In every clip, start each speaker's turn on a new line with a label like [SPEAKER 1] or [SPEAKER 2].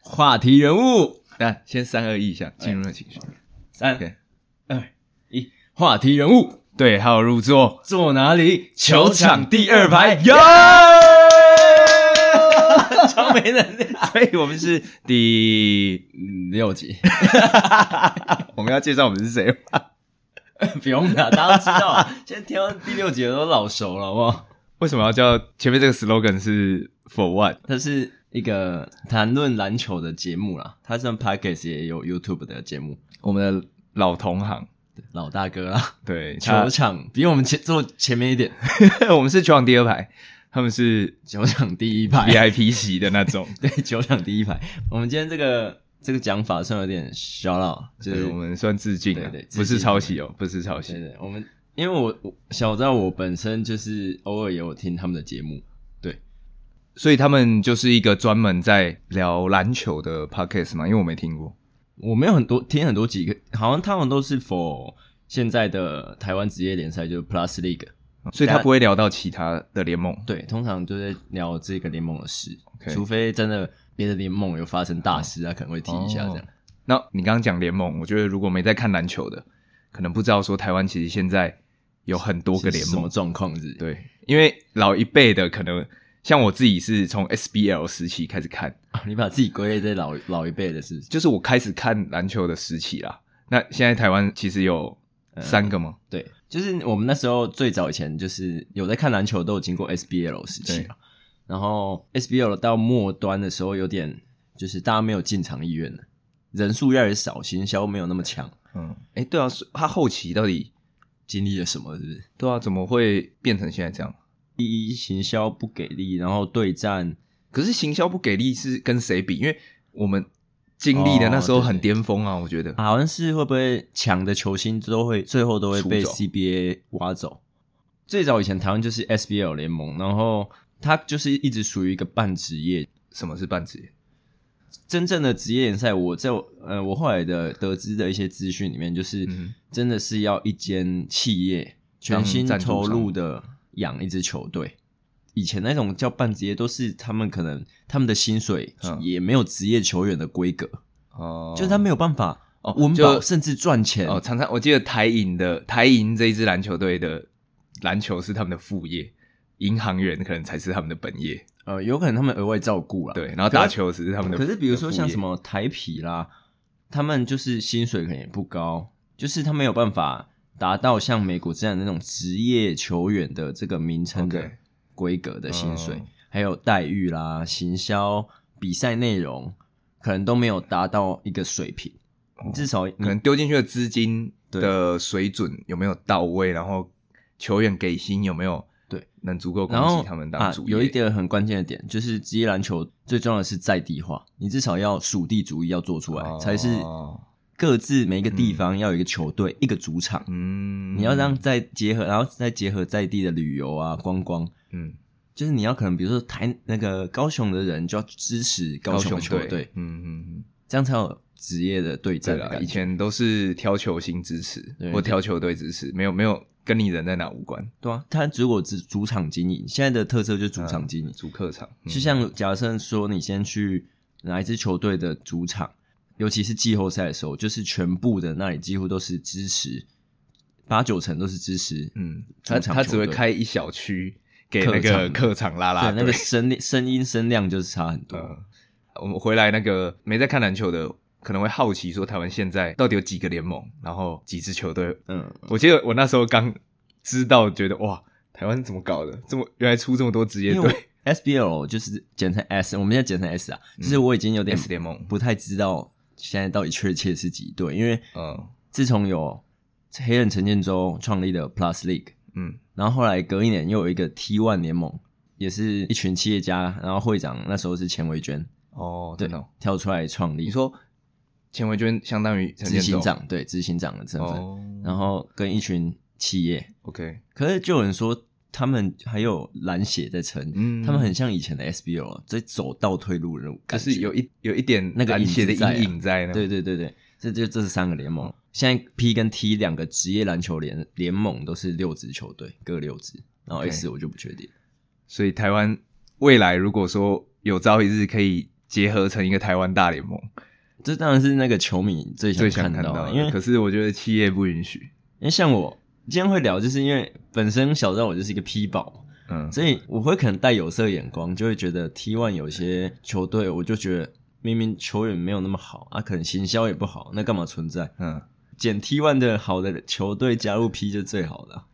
[SPEAKER 1] 话题人物。来，先三二一一下，进入那情绪。
[SPEAKER 2] 三
[SPEAKER 1] OK
[SPEAKER 2] 二一，
[SPEAKER 1] 话题人物，对号入座，
[SPEAKER 2] 坐哪里？
[SPEAKER 1] 球场第二排有。
[SPEAKER 2] 超没能量。
[SPEAKER 1] 所以我们是第嗯六 集，我们要介绍我们是谁吗？
[SPEAKER 2] 不用了，大家都知道啊。现在听到第六集的都老熟了，好不好？
[SPEAKER 1] 为什么要叫前面这个 slogan 是 For What？
[SPEAKER 2] 它是一个谈论篮球的节目啦，它像 Podcast 也有 YouTube 的节目，
[SPEAKER 1] 我们的老同行，
[SPEAKER 2] 老大哥啦，
[SPEAKER 1] 对，
[SPEAKER 2] 球
[SPEAKER 1] 他
[SPEAKER 2] 场比我们前坐前面一点，
[SPEAKER 1] 我们是球场第二排，他们是
[SPEAKER 2] 球场第一排。
[SPEAKER 1] VIP 席的那种。
[SPEAKER 2] 对，球场第一排。我们今天这个这个讲法算有点小老，就
[SPEAKER 1] 对，
[SPEAKER 2] 是
[SPEAKER 1] 我们算致敬啊
[SPEAKER 2] 对对致，敬
[SPEAKER 1] 不是抄袭哦，不是抄
[SPEAKER 2] 对
[SPEAKER 1] 袭。
[SPEAKER 2] 对，我们因为我我小知道我本身就是偶尔也有听他们的节目，
[SPEAKER 1] 所以他们就是一个专门在聊篮球的 podcast 嘛，因为我没听过。
[SPEAKER 2] 我没有很多听很多几个，好像他们都是否现在的台湾职业联赛就是 Plus League，
[SPEAKER 1] 所以他不会聊到其他的联盟，
[SPEAKER 2] 哦对，通常都在聊这个联盟的事
[SPEAKER 1] OK
[SPEAKER 2] 除非真的别的联盟有发生大事啊，可能会提一下这样。
[SPEAKER 1] 哦那你刚刚讲联盟，我觉得如果没在看篮球的，可能不知道说台湾其实现在有很多个
[SPEAKER 2] 是
[SPEAKER 1] 联
[SPEAKER 2] 什么
[SPEAKER 1] 盟。
[SPEAKER 2] 状况是？，
[SPEAKER 1] 对，因为老一辈的可能像我自己是从 SBL 时期开始看，
[SPEAKER 2] 你把自己归类在老老一辈的是不是？
[SPEAKER 1] 就是我开始看篮球的时期啦。那现在台湾其实有
[SPEAKER 2] 嗯
[SPEAKER 1] 三个吗？
[SPEAKER 2] 对，就是我们那时候最早以前就是有在看篮球，都有经过 SBL 时期
[SPEAKER 1] 对
[SPEAKER 2] 啊。然后 SBL 到末端的时候，有点就是大家没有进场意愿了，人数越来越少，行销没有那么强，
[SPEAKER 1] 嗯，哎、对啊，是他后期到底
[SPEAKER 2] 经历了什么？是不是？
[SPEAKER 1] 对啊，怎么会变成现在这样？
[SPEAKER 2] 第一，行销不给力，然后对战
[SPEAKER 1] 可是行销不给力是跟谁比？因为我们经历的那时候
[SPEAKER 2] 哦对
[SPEAKER 1] 很巅峰啊，我觉得。
[SPEAKER 2] 好像是会不会强的球星都会最后都会被
[SPEAKER 1] 出走
[SPEAKER 2] CBA 挖走？最早以前台湾就是 SBL 联盟，然后它就是一直属于一个半职业
[SPEAKER 1] 什么是半职业？
[SPEAKER 2] 真正的职业联赛，我在我呃，我后来的得知的一些资讯里面，就是
[SPEAKER 1] 嗯
[SPEAKER 2] 真的是要一间企业全心
[SPEAKER 1] 当赞助商
[SPEAKER 2] 投入的养一支球队。以前那种叫半职业，都是他们可能他们的薪水
[SPEAKER 1] 嗯
[SPEAKER 2] 也没有职业球员的规格，
[SPEAKER 1] 哦
[SPEAKER 2] 啊就是他没有办法
[SPEAKER 1] 哦
[SPEAKER 2] 温饱，
[SPEAKER 1] 就
[SPEAKER 2] 甚至赚钱。
[SPEAKER 1] 哦，常常我记得台银的台银这一支篮球队的篮球是他们的副业，银行员可能才是他们的本业，
[SPEAKER 2] 呃，有可能他们额外照顾啦。
[SPEAKER 1] 对，然后打球只是他们的。
[SPEAKER 2] 可是比如说像什
[SPEAKER 1] 么，
[SPEAKER 2] 么台皮啦，他们就是薪水可能也不高，就是他没有办法达到像美国这样的那种职业球员的这个名称的
[SPEAKER 1] OK
[SPEAKER 2] 规格的薪水
[SPEAKER 1] 嗯
[SPEAKER 2] 还有待遇啦、行销、比赛内容，可能都没有达到一个水平。你至少
[SPEAKER 1] 哦可能丢进去的资金
[SPEAKER 2] 嗯对
[SPEAKER 1] 的水准有没有到位，然后球员给薪有没有
[SPEAKER 2] 对
[SPEAKER 1] 能足够供
[SPEAKER 2] 然后
[SPEAKER 1] 给他们当
[SPEAKER 2] 啊
[SPEAKER 1] 主业、，
[SPEAKER 2] 有一点很关键的点就是职业篮球最重要的是在地化，你至少要属地主义要做出来，
[SPEAKER 1] 哦
[SPEAKER 2] 才是各自每一个地方要有一个球队、一个主场。
[SPEAKER 1] 嗯，
[SPEAKER 2] 你要让再结合，然后再结合在地的旅游啊、观光，
[SPEAKER 1] 嗯
[SPEAKER 2] 就是你要可能比如说台那个高雄的人就要支持高雄的球
[SPEAKER 1] 队
[SPEAKER 2] 队，，
[SPEAKER 1] 嗯嗯嗯。
[SPEAKER 2] 这样才有职业的对
[SPEAKER 1] 对
[SPEAKER 2] 战的
[SPEAKER 1] 啦，
[SPEAKER 2] 感
[SPEAKER 1] 以
[SPEAKER 2] 觉。
[SPEAKER 1] 前都是挑球星支持
[SPEAKER 2] 对
[SPEAKER 1] 或挑球队支持，没有没有跟你人在哪无关。
[SPEAKER 2] 对啊，他如果只主场经营，现在的特色就是
[SPEAKER 1] 嗯
[SPEAKER 2] 主场经营，
[SPEAKER 1] 主客场，嗯
[SPEAKER 2] 就像假设说你先去哪一支球队的主场，尤其是季后赛的时候，就是全部的那里几乎都是支持，八九成都是支持，
[SPEAKER 1] 嗯，
[SPEAKER 2] 主
[SPEAKER 1] 他
[SPEAKER 2] 场
[SPEAKER 1] 他
[SPEAKER 2] 球
[SPEAKER 1] 只会
[SPEAKER 2] 队
[SPEAKER 1] 开一小区给那
[SPEAKER 2] 客
[SPEAKER 1] 个
[SPEAKER 2] 场
[SPEAKER 1] 客场拉
[SPEAKER 2] 对，
[SPEAKER 1] 拉队。
[SPEAKER 2] 那个声量声音声量就是差很多。
[SPEAKER 1] 嗯，我们回来那个没在看篮球的，可能会好奇说台湾现在到底有几个联盟，然后几支球队。
[SPEAKER 2] 嗯，
[SPEAKER 1] 我记得我那时候刚知道，觉得哇，台湾怎么搞的？这么原来出这么多职业
[SPEAKER 2] 因为
[SPEAKER 1] 队
[SPEAKER 2] 我 SBL 就是简称 S，我们现在简称 S 啊，就是我已经有点
[SPEAKER 1] 嗯，S 联盟。
[SPEAKER 2] 不太知道现在到底确切是几队，因为
[SPEAKER 1] 嗯
[SPEAKER 2] 自从有黑人陈建州创立的 Plus League，
[SPEAKER 1] 嗯，
[SPEAKER 2] 然后后来隔一年又有一个 T One 联盟，也是一群企业家，然后会长那时候是钱维娟
[SPEAKER 1] 哦，真的哦。
[SPEAKER 2] 跳出来创立，
[SPEAKER 1] 你说钱维娟相当于陈
[SPEAKER 2] 执
[SPEAKER 1] 建州
[SPEAKER 2] 行长对执行长的身份，
[SPEAKER 1] 哦，
[SPEAKER 2] 然后跟一群企业，
[SPEAKER 1] OK，
[SPEAKER 2] 可是就有人说。他们还有蓝血在撑，
[SPEAKER 1] 嗯
[SPEAKER 2] 他们很像以前的 SBL，在啊走倒退路的那种
[SPEAKER 1] 就
[SPEAKER 2] 感觉，
[SPEAKER 1] 是有一有一点
[SPEAKER 2] 那个
[SPEAKER 1] 篮协的
[SPEAKER 2] 影子在啊
[SPEAKER 1] 阴影在呢。
[SPEAKER 2] 对对对对，这就这是三个联
[SPEAKER 1] 哦
[SPEAKER 2] 盟。现在 P 跟 T 两个职业篮球联联盟都是六支球队，各六支。然后
[SPEAKER 1] OK
[SPEAKER 2] S 我就不确定。
[SPEAKER 1] 所以台湾未来如果说有朝一日可以结合成一个台湾大联盟，
[SPEAKER 2] 这当然是那个球迷最
[SPEAKER 1] 最
[SPEAKER 2] 想
[SPEAKER 1] 想
[SPEAKER 2] 看
[SPEAKER 1] 看
[SPEAKER 2] 到的，
[SPEAKER 1] 到的。
[SPEAKER 2] 因为
[SPEAKER 1] 可是我觉得企业不允许。
[SPEAKER 2] 因为像我今天会聊，就是因为本身小时候我就是一个 P 宝嘛，
[SPEAKER 1] 嗯，
[SPEAKER 2] 所以我会可能带有色眼光，就会觉得 T one 有些球队，我就觉得明明球员没有那么好啊，可能行销也不好，那干嘛存在？
[SPEAKER 1] 嗯，
[SPEAKER 2] 捡 T one 的好的球队加入 P 就最好了。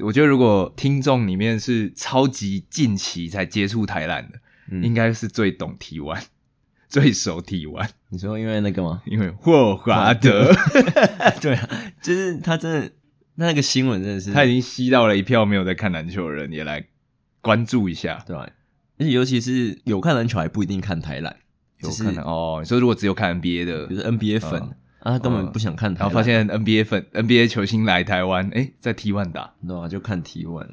[SPEAKER 1] 我觉得如果听众里面是超级近期才接触台篮的，
[SPEAKER 2] 嗯
[SPEAKER 1] 应该是最懂 T 湾， 最熟 T 湾，？
[SPEAKER 2] 你说因为那个吗
[SPEAKER 1] 因为霍华德
[SPEAKER 2] 对啊，就是他真的那个新闻真的是
[SPEAKER 1] 他已经吸到了一票没有在看篮球的人，也来关注一下。
[SPEAKER 2] 对、啊，而且尤其是有看篮球还不一定看台篮，
[SPEAKER 1] 有
[SPEAKER 2] 就是
[SPEAKER 1] 可能哦，你说如果只有看 NBA 的
[SPEAKER 2] 比，如说 NBA 粉、
[SPEAKER 1] 嗯
[SPEAKER 2] 啊，他根本不想看台篮，
[SPEAKER 1] 然后发现 NBA 粉 NBA 球星来台湾，哎，在 T 湾打，
[SPEAKER 2] 对吧、就看 T one。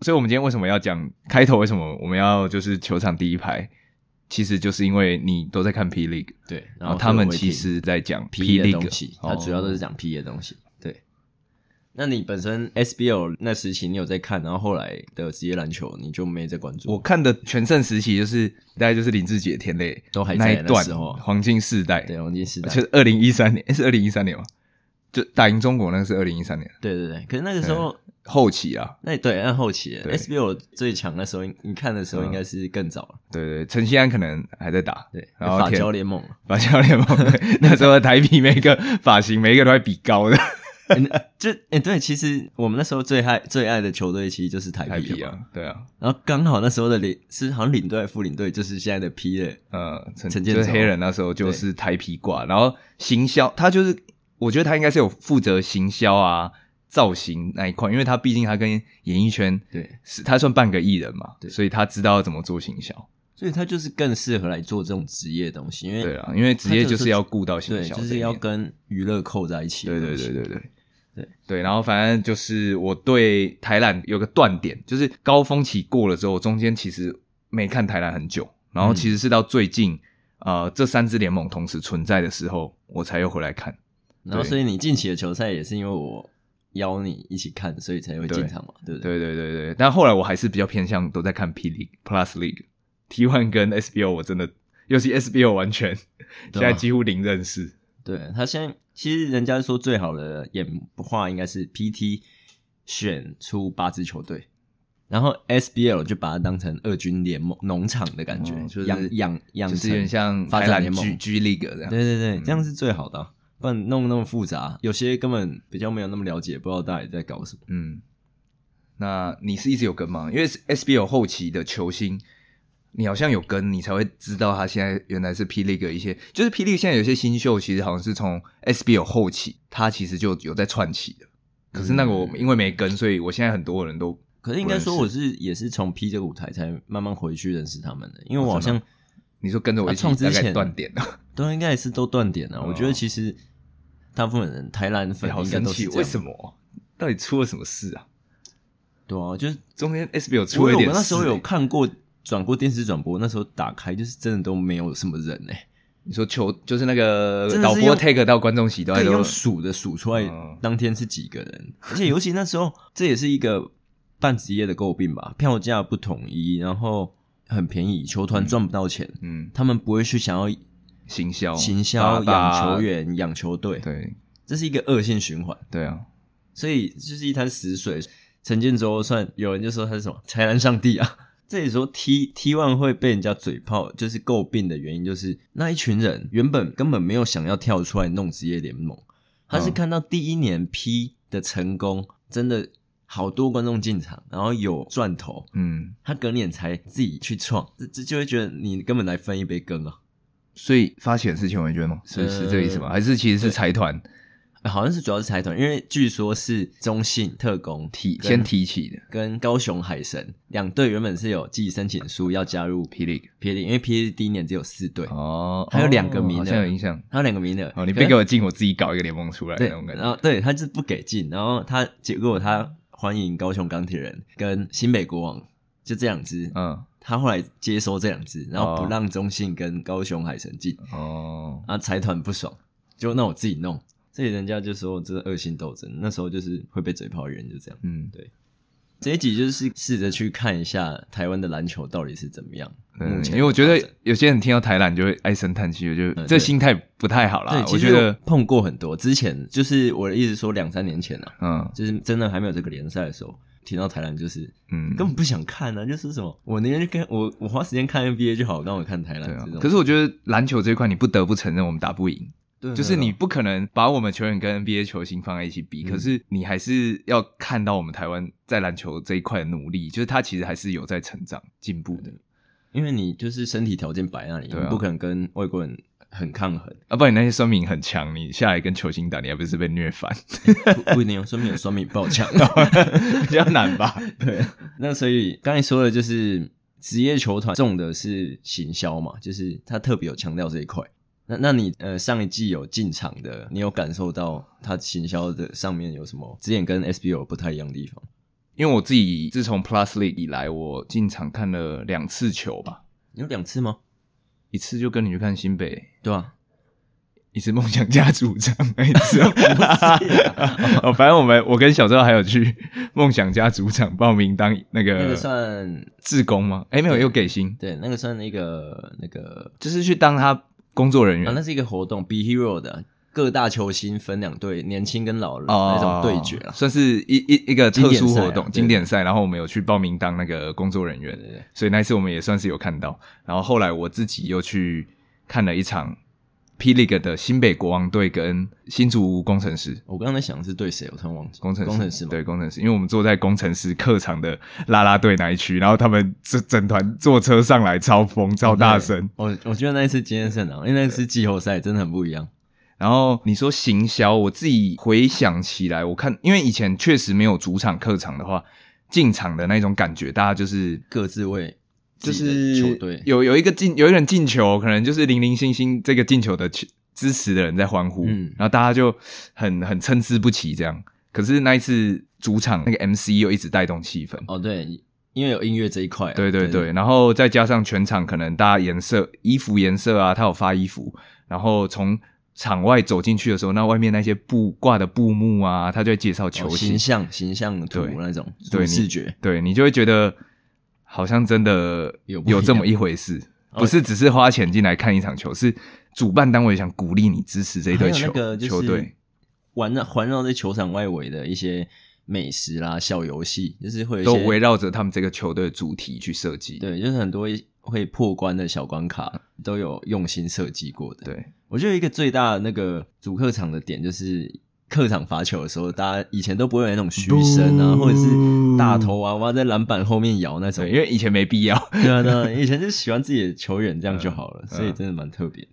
[SPEAKER 1] 所以我们今天为什么要讲开头？为什么我们要就是球场第一排？其实就是因为你都在看 P League，
[SPEAKER 2] 对，然
[SPEAKER 1] 然
[SPEAKER 2] 后
[SPEAKER 1] 后哦他们
[SPEAKER 2] 会有一
[SPEAKER 1] 其
[SPEAKER 2] 点
[SPEAKER 1] 实在讲
[SPEAKER 2] P 的
[SPEAKER 1] League，
[SPEAKER 2] 东西，它主要
[SPEAKER 1] 哦
[SPEAKER 2] 都是讲 P 的东西。对，那你本身 SBL 那时期你有在看，然后后来的职业篮球你就没在关注。
[SPEAKER 1] 我看的全盛时期就是大概就是林志杰、田磊
[SPEAKER 2] 都还在
[SPEAKER 1] 那一
[SPEAKER 2] 那
[SPEAKER 1] 段
[SPEAKER 2] 时候
[SPEAKER 1] 黄金世代，
[SPEAKER 2] 对黄金时代，
[SPEAKER 1] 就是二零一三年，诶是二零一三年吗？就打赢中国那个是二零一三年
[SPEAKER 2] 对对对。可是那个时候，
[SPEAKER 1] 后期啊，
[SPEAKER 2] 那对，那后期
[SPEAKER 1] 对嗯
[SPEAKER 2] SBL 最强的时候，你看的时候应该是更早了。
[SPEAKER 1] 对对，对陈希安可能还在打，
[SPEAKER 2] 对，
[SPEAKER 1] 然后
[SPEAKER 2] 法
[SPEAKER 1] 田
[SPEAKER 2] 交联盟，
[SPEAKER 1] 法教联盟 那时候的台比每个发型每一个都在比高的
[SPEAKER 2] 就哎、 诶对，其实我们那时候最爱最爱的球队其实就是台
[SPEAKER 1] 台
[SPEAKER 2] 啤
[SPEAKER 1] 比
[SPEAKER 2] 了嘛。
[SPEAKER 1] 啊，对啊，
[SPEAKER 2] 然后刚好那时候的领是好像领队还是副领队就是现在的 P 的，
[SPEAKER 1] 呃，陈
[SPEAKER 2] 陈建
[SPEAKER 1] 就是
[SPEAKER 2] 州
[SPEAKER 1] 黑人那时候就是台皮挂，然后行销，他就是我觉得他应该是有负责行销啊、造型那一块，因为他毕竟他跟演艺圈
[SPEAKER 2] 对，
[SPEAKER 1] 是他算半个艺人嘛，
[SPEAKER 2] 对
[SPEAKER 1] 所以他知道要怎么做行销。
[SPEAKER 2] 所以他就是更适合来做这种职业的东西，因为
[SPEAKER 1] 对啊，因为职业
[SPEAKER 2] 他就
[SPEAKER 1] 就是是要顾到行
[SPEAKER 2] 对，
[SPEAKER 1] 销
[SPEAKER 2] 就
[SPEAKER 1] 这一面，
[SPEAKER 2] 是要跟娱乐扣在一起的
[SPEAKER 1] 对
[SPEAKER 2] 东
[SPEAKER 1] 对
[SPEAKER 2] 西。
[SPEAKER 1] 对对对
[SPEAKER 2] 对
[SPEAKER 1] 对，然后反正就是我对台篮有个断点，就是高峰期过了之后，中间其实没看台篮很久，然后其实是到最近、呃这三支联盟同时存在的时候，我才又回来看。
[SPEAKER 2] 然后，所以你近期的球赛也是因为我邀你一起看，所以才会进场嘛，对不对？
[SPEAKER 1] 对对对对，但后来我还是比较偏向都在看 P League Plus League T One 跟 SBO，我真的尤其 SBO 完全现
[SPEAKER 2] 对啊
[SPEAKER 1] 在几乎零认识。
[SPEAKER 2] 对他现在其实人家说最好的演化应该是 PT 选出八支球队，然后 SBL 就把它当成二军联盟农场的感觉，
[SPEAKER 1] 哦就是
[SPEAKER 2] 养养养
[SPEAKER 1] 就
[SPEAKER 2] 成
[SPEAKER 1] 是有点像
[SPEAKER 2] 发
[SPEAKER 1] 台
[SPEAKER 2] 展
[SPEAKER 1] 篮
[SPEAKER 2] 联盟
[SPEAKER 1] G。G League 这样。嗯
[SPEAKER 2] 对对对，这样是最好的啊、不然弄那么复杂，有些根本比较没有那么了解，不知道到底在搞什么。
[SPEAKER 1] 嗯，那你是一直有跟吗？因为 SBL 后期的球星，你好像有跟，你才会知道他现在原来是 P League 的一些，就是 P League 现在有些新秀，其实好像是从 SBL 后期，他其实就有在串起的。可是那个我因为没跟，所以我现在很多人都
[SPEAKER 2] 可是应该说
[SPEAKER 1] 不
[SPEAKER 2] 我是也是从 P 这个舞台才慢慢回去认识他们的，因为我好像
[SPEAKER 1] 你说跟着哦我
[SPEAKER 2] 啊
[SPEAKER 1] 一起
[SPEAKER 2] 创之
[SPEAKER 1] 大概
[SPEAKER 2] 前
[SPEAKER 1] 断点 了，
[SPEAKER 2] 都应该也是都断点了、
[SPEAKER 1] 哦
[SPEAKER 2] 我觉得其实大部分人台兰粉
[SPEAKER 1] 好
[SPEAKER 2] 应该
[SPEAKER 1] 生
[SPEAKER 2] 都
[SPEAKER 1] 气
[SPEAKER 2] 是，
[SPEAKER 1] 为什
[SPEAKER 2] 么？
[SPEAKER 1] 么？到底出了什么事啊？
[SPEAKER 2] 对啊，就是
[SPEAKER 1] 中间 SBL 出
[SPEAKER 2] 我
[SPEAKER 1] 了
[SPEAKER 2] 有
[SPEAKER 1] 一点
[SPEAKER 2] 我那时候
[SPEAKER 1] 事
[SPEAKER 2] 有
[SPEAKER 1] 欸
[SPEAKER 2] 看过转过电视转播，那时候打开就是真的都没有什么人哎、
[SPEAKER 1] 你说球就是那个
[SPEAKER 2] 真的
[SPEAKER 1] 呃导
[SPEAKER 2] 是
[SPEAKER 1] 播
[SPEAKER 2] 用
[SPEAKER 1] take 到观众席都在
[SPEAKER 2] 对，
[SPEAKER 1] 都
[SPEAKER 2] 用数的数出来
[SPEAKER 1] 嗯
[SPEAKER 2] 当天是几个人， 而且尤其那时候这也是一个半职业的诟病吧，票价不统一，然后很便宜，球团赚不到钱，
[SPEAKER 1] 嗯哦
[SPEAKER 2] 他们不会去想要
[SPEAKER 1] 行销
[SPEAKER 2] 行销、
[SPEAKER 1] 把把
[SPEAKER 2] 养球员、养球队，
[SPEAKER 1] 对
[SPEAKER 2] 这是一个恶性循环，
[SPEAKER 1] 对啊，
[SPEAKER 2] 所以就是一滩死水。陈建州算有人就说他是什么才能上帝啊，这也说 T T one 会被人家嘴炮，就是诟病的原因，就是那一群人原本根本没有想要跳出来弄职业联盟，他是
[SPEAKER 1] 嗯
[SPEAKER 2] 看到第一年 P 的成功，真的好多观众进场，然后有赚头，
[SPEAKER 1] 嗯，
[SPEAKER 2] 他隔年才自己去创，这这就会觉得你根本来分一杯羹啊。
[SPEAKER 1] 所以发起人是钱文娟吗？是是这个意思吗？还是其实是财团
[SPEAKER 2] 呃好像是主要是财团，因为据说是中信特工
[SPEAKER 1] 提
[SPEAKER 2] 跟
[SPEAKER 1] 先提起的
[SPEAKER 2] 跟高雄海神两队原本是有寄申请书要加入 P
[SPEAKER 1] 霹雳
[SPEAKER 2] P 因为 P 第一年只有四队，
[SPEAKER 1] 哦，
[SPEAKER 2] 还有两个名额
[SPEAKER 1] 好像有印象
[SPEAKER 2] 还有两个名额。
[SPEAKER 1] 哦，你
[SPEAKER 2] 可
[SPEAKER 1] 别
[SPEAKER 2] 是
[SPEAKER 1] 给我进，我自己搞一个联盟出来
[SPEAKER 2] 对
[SPEAKER 1] 那种，感
[SPEAKER 2] 然
[SPEAKER 1] 觉
[SPEAKER 2] 后对他就是不给进，然后他结果他欢迎高雄钢铁人跟新北国王就这两支，
[SPEAKER 1] 嗯
[SPEAKER 2] 他后来接收这两支，然后
[SPEAKER 1] 哦
[SPEAKER 2] 不让中信跟高雄海神进，
[SPEAKER 1] 哦，
[SPEAKER 2] 啊财团不爽，就那我自己弄。所以人家就说这是恶性斗争，那时候就是会被嘴炮的人就这样。
[SPEAKER 1] 嗯
[SPEAKER 2] 对。这一集就是试着去看一下台湾的篮球到底是怎么样。目
[SPEAKER 1] 嗯，
[SPEAKER 2] 前
[SPEAKER 1] 因为我觉得
[SPEAKER 2] 的发展
[SPEAKER 1] 有些人听到台篮就会唉声叹气，我觉得
[SPEAKER 2] 嗯
[SPEAKER 1] 这
[SPEAKER 2] 对
[SPEAKER 1] 心态不太好啦。
[SPEAKER 2] 对，
[SPEAKER 1] 我
[SPEAKER 2] 其
[SPEAKER 1] 觉
[SPEAKER 2] 实我
[SPEAKER 1] 得，
[SPEAKER 2] 碰过很多，之前就是我的意思说两三年前啊，
[SPEAKER 1] 嗯
[SPEAKER 2] 就是真的还没有这个联赛的时候，听到台篮就是
[SPEAKER 1] 嗯，
[SPEAKER 2] 根本不想看啊，就是什么我宁愿去看我我花时间看 NBA 就好，让我看台篮
[SPEAKER 1] 对啊
[SPEAKER 2] 这种。。
[SPEAKER 1] 可是我觉得篮球这一块，你不得不承认我们打不赢。
[SPEAKER 2] 对啊
[SPEAKER 1] 就是你不可能把我们球员跟 NBA 球星放在一起比，
[SPEAKER 2] 嗯
[SPEAKER 1] 可是你还是要看到我们台湾在篮球这一块的努力，就是他其实还是有在成长进步的，
[SPEAKER 2] 因为你就是身体条件摆那里，
[SPEAKER 1] 对啊
[SPEAKER 2] 你不可能跟外国人很抗 衡，
[SPEAKER 1] 要、啊不然你那些声明很强，你下来跟球星打，你还不是被虐翻，
[SPEAKER 2] 不不一定哦有说明有双米 啊爆强。
[SPEAKER 1] 比较难吧？
[SPEAKER 2] 对， 那所以刚才说的就是职业球团重的是行销嘛，就是他特别有强调这一块。那那你呃上一季有进场的，你有感受到他行销的上面有什么之前跟 SBO 不太一样的地方？
[SPEAKER 1] 因为我自己自从 Plus League 以来，我进场看了两次球吧，
[SPEAKER 2] 你有两次吗？
[SPEAKER 1] 一次就跟你去看新北。
[SPEAKER 2] 对啊，
[SPEAKER 1] 一次梦想家哎主场，一次 哦，反正我们我跟小周还有去梦想家主场报名当那个
[SPEAKER 2] 那个算
[SPEAKER 1] 志工吗？哎，没有，有给薪，
[SPEAKER 2] 对，那个算一个那个
[SPEAKER 1] 就是去当他工作人员。
[SPEAKER 2] 啊，那是一个活动，Be Hero 的各大球星分两队，年轻跟老人、
[SPEAKER 1] 哦
[SPEAKER 2] 那种对决啊。
[SPEAKER 1] 算是一一一个特殊活动，经
[SPEAKER 2] 经典赛啊
[SPEAKER 1] 典赛。然后我们有去报名当那个工作人员
[SPEAKER 2] 对，对对，
[SPEAKER 1] 所以那一次我们也算是有看到。然后后来我自己又去看了一场 P League 的新北国王队跟新竹工程师。
[SPEAKER 2] 我刚刚在想是对谁，我突然忘记
[SPEAKER 1] 工程师
[SPEAKER 2] 工程师嘛，
[SPEAKER 1] 对工程师，因为我们坐在工程师客场的啦啦队那一区，然后他们整整团坐车上来，超疯超大声，
[SPEAKER 2] 我我觉得那一次经验甚啊长，因为那次季后赛真的很不一样。
[SPEAKER 1] 然后你说行销，我自己回想起来，我看因为以前确实没有主场客场的话，进场的那种感觉，大家就是
[SPEAKER 2] 各自为
[SPEAKER 1] 就
[SPEAKER 2] 自己
[SPEAKER 1] 是
[SPEAKER 2] 的球队，
[SPEAKER 1] 有有一个进有一个人进球，可能就是零零星星这个进球的球支持的人在欢呼，
[SPEAKER 2] 嗯
[SPEAKER 1] 然后大家就很很参差不齐这样。可是那一次主场那个 MC 又一直带动气氛，
[SPEAKER 2] 哦对，因为有音乐这一块啊、
[SPEAKER 1] 对对对，然后再加上全场可能大家颜色、衣服颜色啊，他有发衣服，然后从场外走进去的时候，那外面那些布挂的布幕啊，他就会介绍球
[SPEAKER 2] 球
[SPEAKER 1] 星，
[SPEAKER 2] 哦形象形象图
[SPEAKER 1] 对
[SPEAKER 2] 那种
[SPEAKER 1] 对
[SPEAKER 2] 主
[SPEAKER 1] 你
[SPEAKER 2] 视觉，
[SPEAKER 1] 对你就会觉得好像真的
[SPEAKER 2] 有不一
[SPEAKER 1] 有
[SPEAKER 2] 样
[SPEAKER 1] 这么一回事，
[SPEAKER 2] 哦
[SPEAKER 1] 不是只是花钱进来看一场球，是主办单位想鼓励你支持这一
[SPEAKER 2] 还
[SPEAKER 1] 队
[SPEAKER 2] 有那
[SPEAKER 1] 球、
[SPEAKER 2] 个就
[SPEAKER 1] 球
[SPEAKER 2] 是
[SPEAKER 1] 队。
[SPEAKER 2] 环绕环绕在球场外围的一些美食啦、小游戏，就是会有一
[SPEAKER 1] 都
[SPEAKER 2] 些
[SPEAKER 1] 围绕着他们这个球队的主题去设计，
[SPEAKER 2] 对，就是很多会破关的小关卡都有用心设计过的。
[SPEAKER 1] 对
[SPEAKER 2] 我觉得一个最大的那个主客场的点就是客场罚球的时候，大家以前都不会有那种嘘声啊，
[SPEAKER 1] 不
[SPEAKER 2] 或者是大头娃娃在篮板后面摇那种
[SPEAKER 1] 对，。因为以前没必 要，
[SPEAKER 2] 对啊，对啊，以前就喜欢自己的球员这样就好了，所以真的蛮特别。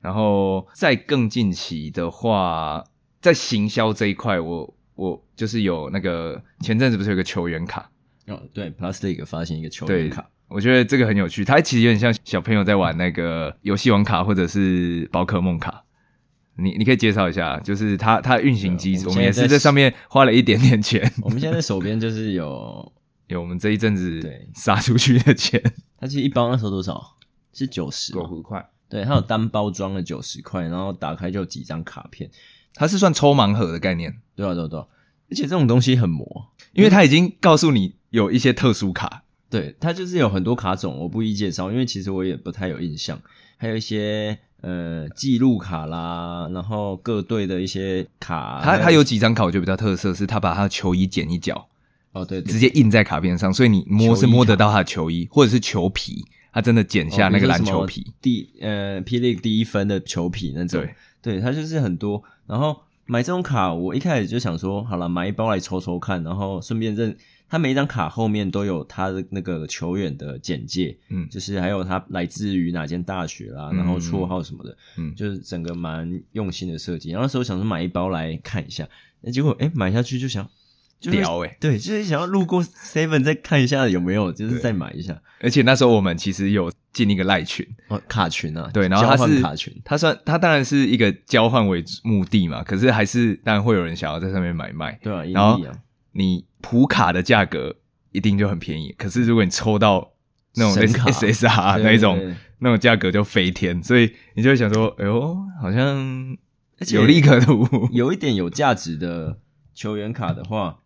[SPEAKER 1] 然后再更近期的话，在行销这一块，我我就是有那个前阵子不是有个球员卡，
[SPEAKER 2] 哦，对，Plastic 发行一个球
[SPEAKER 1] 对
[SPEAKER 2] 员卡，，
[SPEAKER 1] 我觉得这个很有趣，它其实有点像小朋友在玩那个游戏王卡或者是宝可梦卡。你你可以介绍一下，就是它它的运行机制，
[SPEAKER 2] 对
[SPEAKER 1] 我
[SPEAKER 2] 我们
[SPEAKER 1] 们也
[SPEAKER 2] 现在
[SPEAKER 1] 是
[SPEAKER 2] 在
[SPEAKER 1] 在上面花了一点点钱，
[SPEAKER 2] 我们现在手边就是有，
[SPEAKER 1] 有我们这一阵子
[SPEAKER 2] 对
[SPEAKER 1] 撒出去的钱，
[SPEAKER 2] 它其实一包那时候多少？是九十，
[SPEAKER 1] 块，
[SPEAKER 2] 对，它有单包装的九十块，然后打开就有几张卡片，
[SPEAKER 1] 它是算抽盲盒的概念，
[SPEAKER 2] 对啊，对啊，对啊，而且这种东西很磨，
[SPEAKER 1] 因为它已经告诉你有一些特殊卡，
[SPEAKER 2] 对，它就是有很多卡种，我不一一介绍，因为其实我也不太有印象。还有一些呃记录卡啦，然后各队的一些卡，
[SPEAKER 1] 它它
[SPEAKER 2] 还
[SPEAKER 1] 啊有几张卡我觉得比较特色，是它把它的球衣剪一角，
[SPEAKER 2] 哦对对
[SPEAKER 1] 直接印在卡片上，所以你摸是
[SPEAKER 2] 球衣
[SPEAKER 1] 摸得
[SPEAKER 2] 卡
[SPEAKER 1] 到它的球衣或者是球皮，它真的剪下那个篮球皮，，
[SPEAKER 2] 哦比如说什么第呃 P League 第一分的球皮那种，
[SPEAKER 1] 对，
[SPEAKER 2] 对，它就是很多。然后买这种卡，我一开始就想说，好了，买一包来抽抽看，然后顺便认。它每一张卡后面都有它的那个球员的简介，
[SPEAKER 1] 嗯
[SPEAKER 2] 就是还有他来自于哪间大学啦，
[SPEAKER 1] 嗯
[SPEAKER 2] 然后绰号什么的，
[SPEAKER 1] 嗯
[SPEAKER 2] 就是整个蛮用心的设计。然后那时候想说买一包来看一下，那结果哎买下去就想，就是
[SPEAKER 1] 屌欸
[SPEAKER 2] 对，就是想要路过 Seven 再看一下有没有，就是再买一下
[SPEAKER 1] 而且那时候我们其实有进一个赖群，
[SPEAKER 2] 哦卡群啊，
[SPEAKER 1] 对，然后
[SPEAKER 2] 交
[SPEAKER 1] 它
[SPEAKER 2] 换
[SPEAKER 1] 是
[SPEAKER 2] 卡群，
[SPEAKER 1] 它算它当然是一个交换为目的嘛，可是还是当然会有人想要在上面买卖，
[SPEAKER 2] 对啊，一
[SPEAKER 1] 然后
[SPEAKER 2] 样。
[SPEAKER 1] 你普卡的价格一定就很便宜，可是如果你抽到那种类似
[SPEAKER 2] 神卡
[SPEAKER 1] SSR
[SPEAKER 2] 对
[SPEAKER 1] 啊那一种
[SPEAKER 2] 对对
[SPEAKER 1] 那种价格就飞天，所以你就会想说，哎呦，好像
[SPEAKER 2] 而且
[SPEAKER 1] 有利可图，
[SPEAKER 2] 有一点有价值的球员卡的话，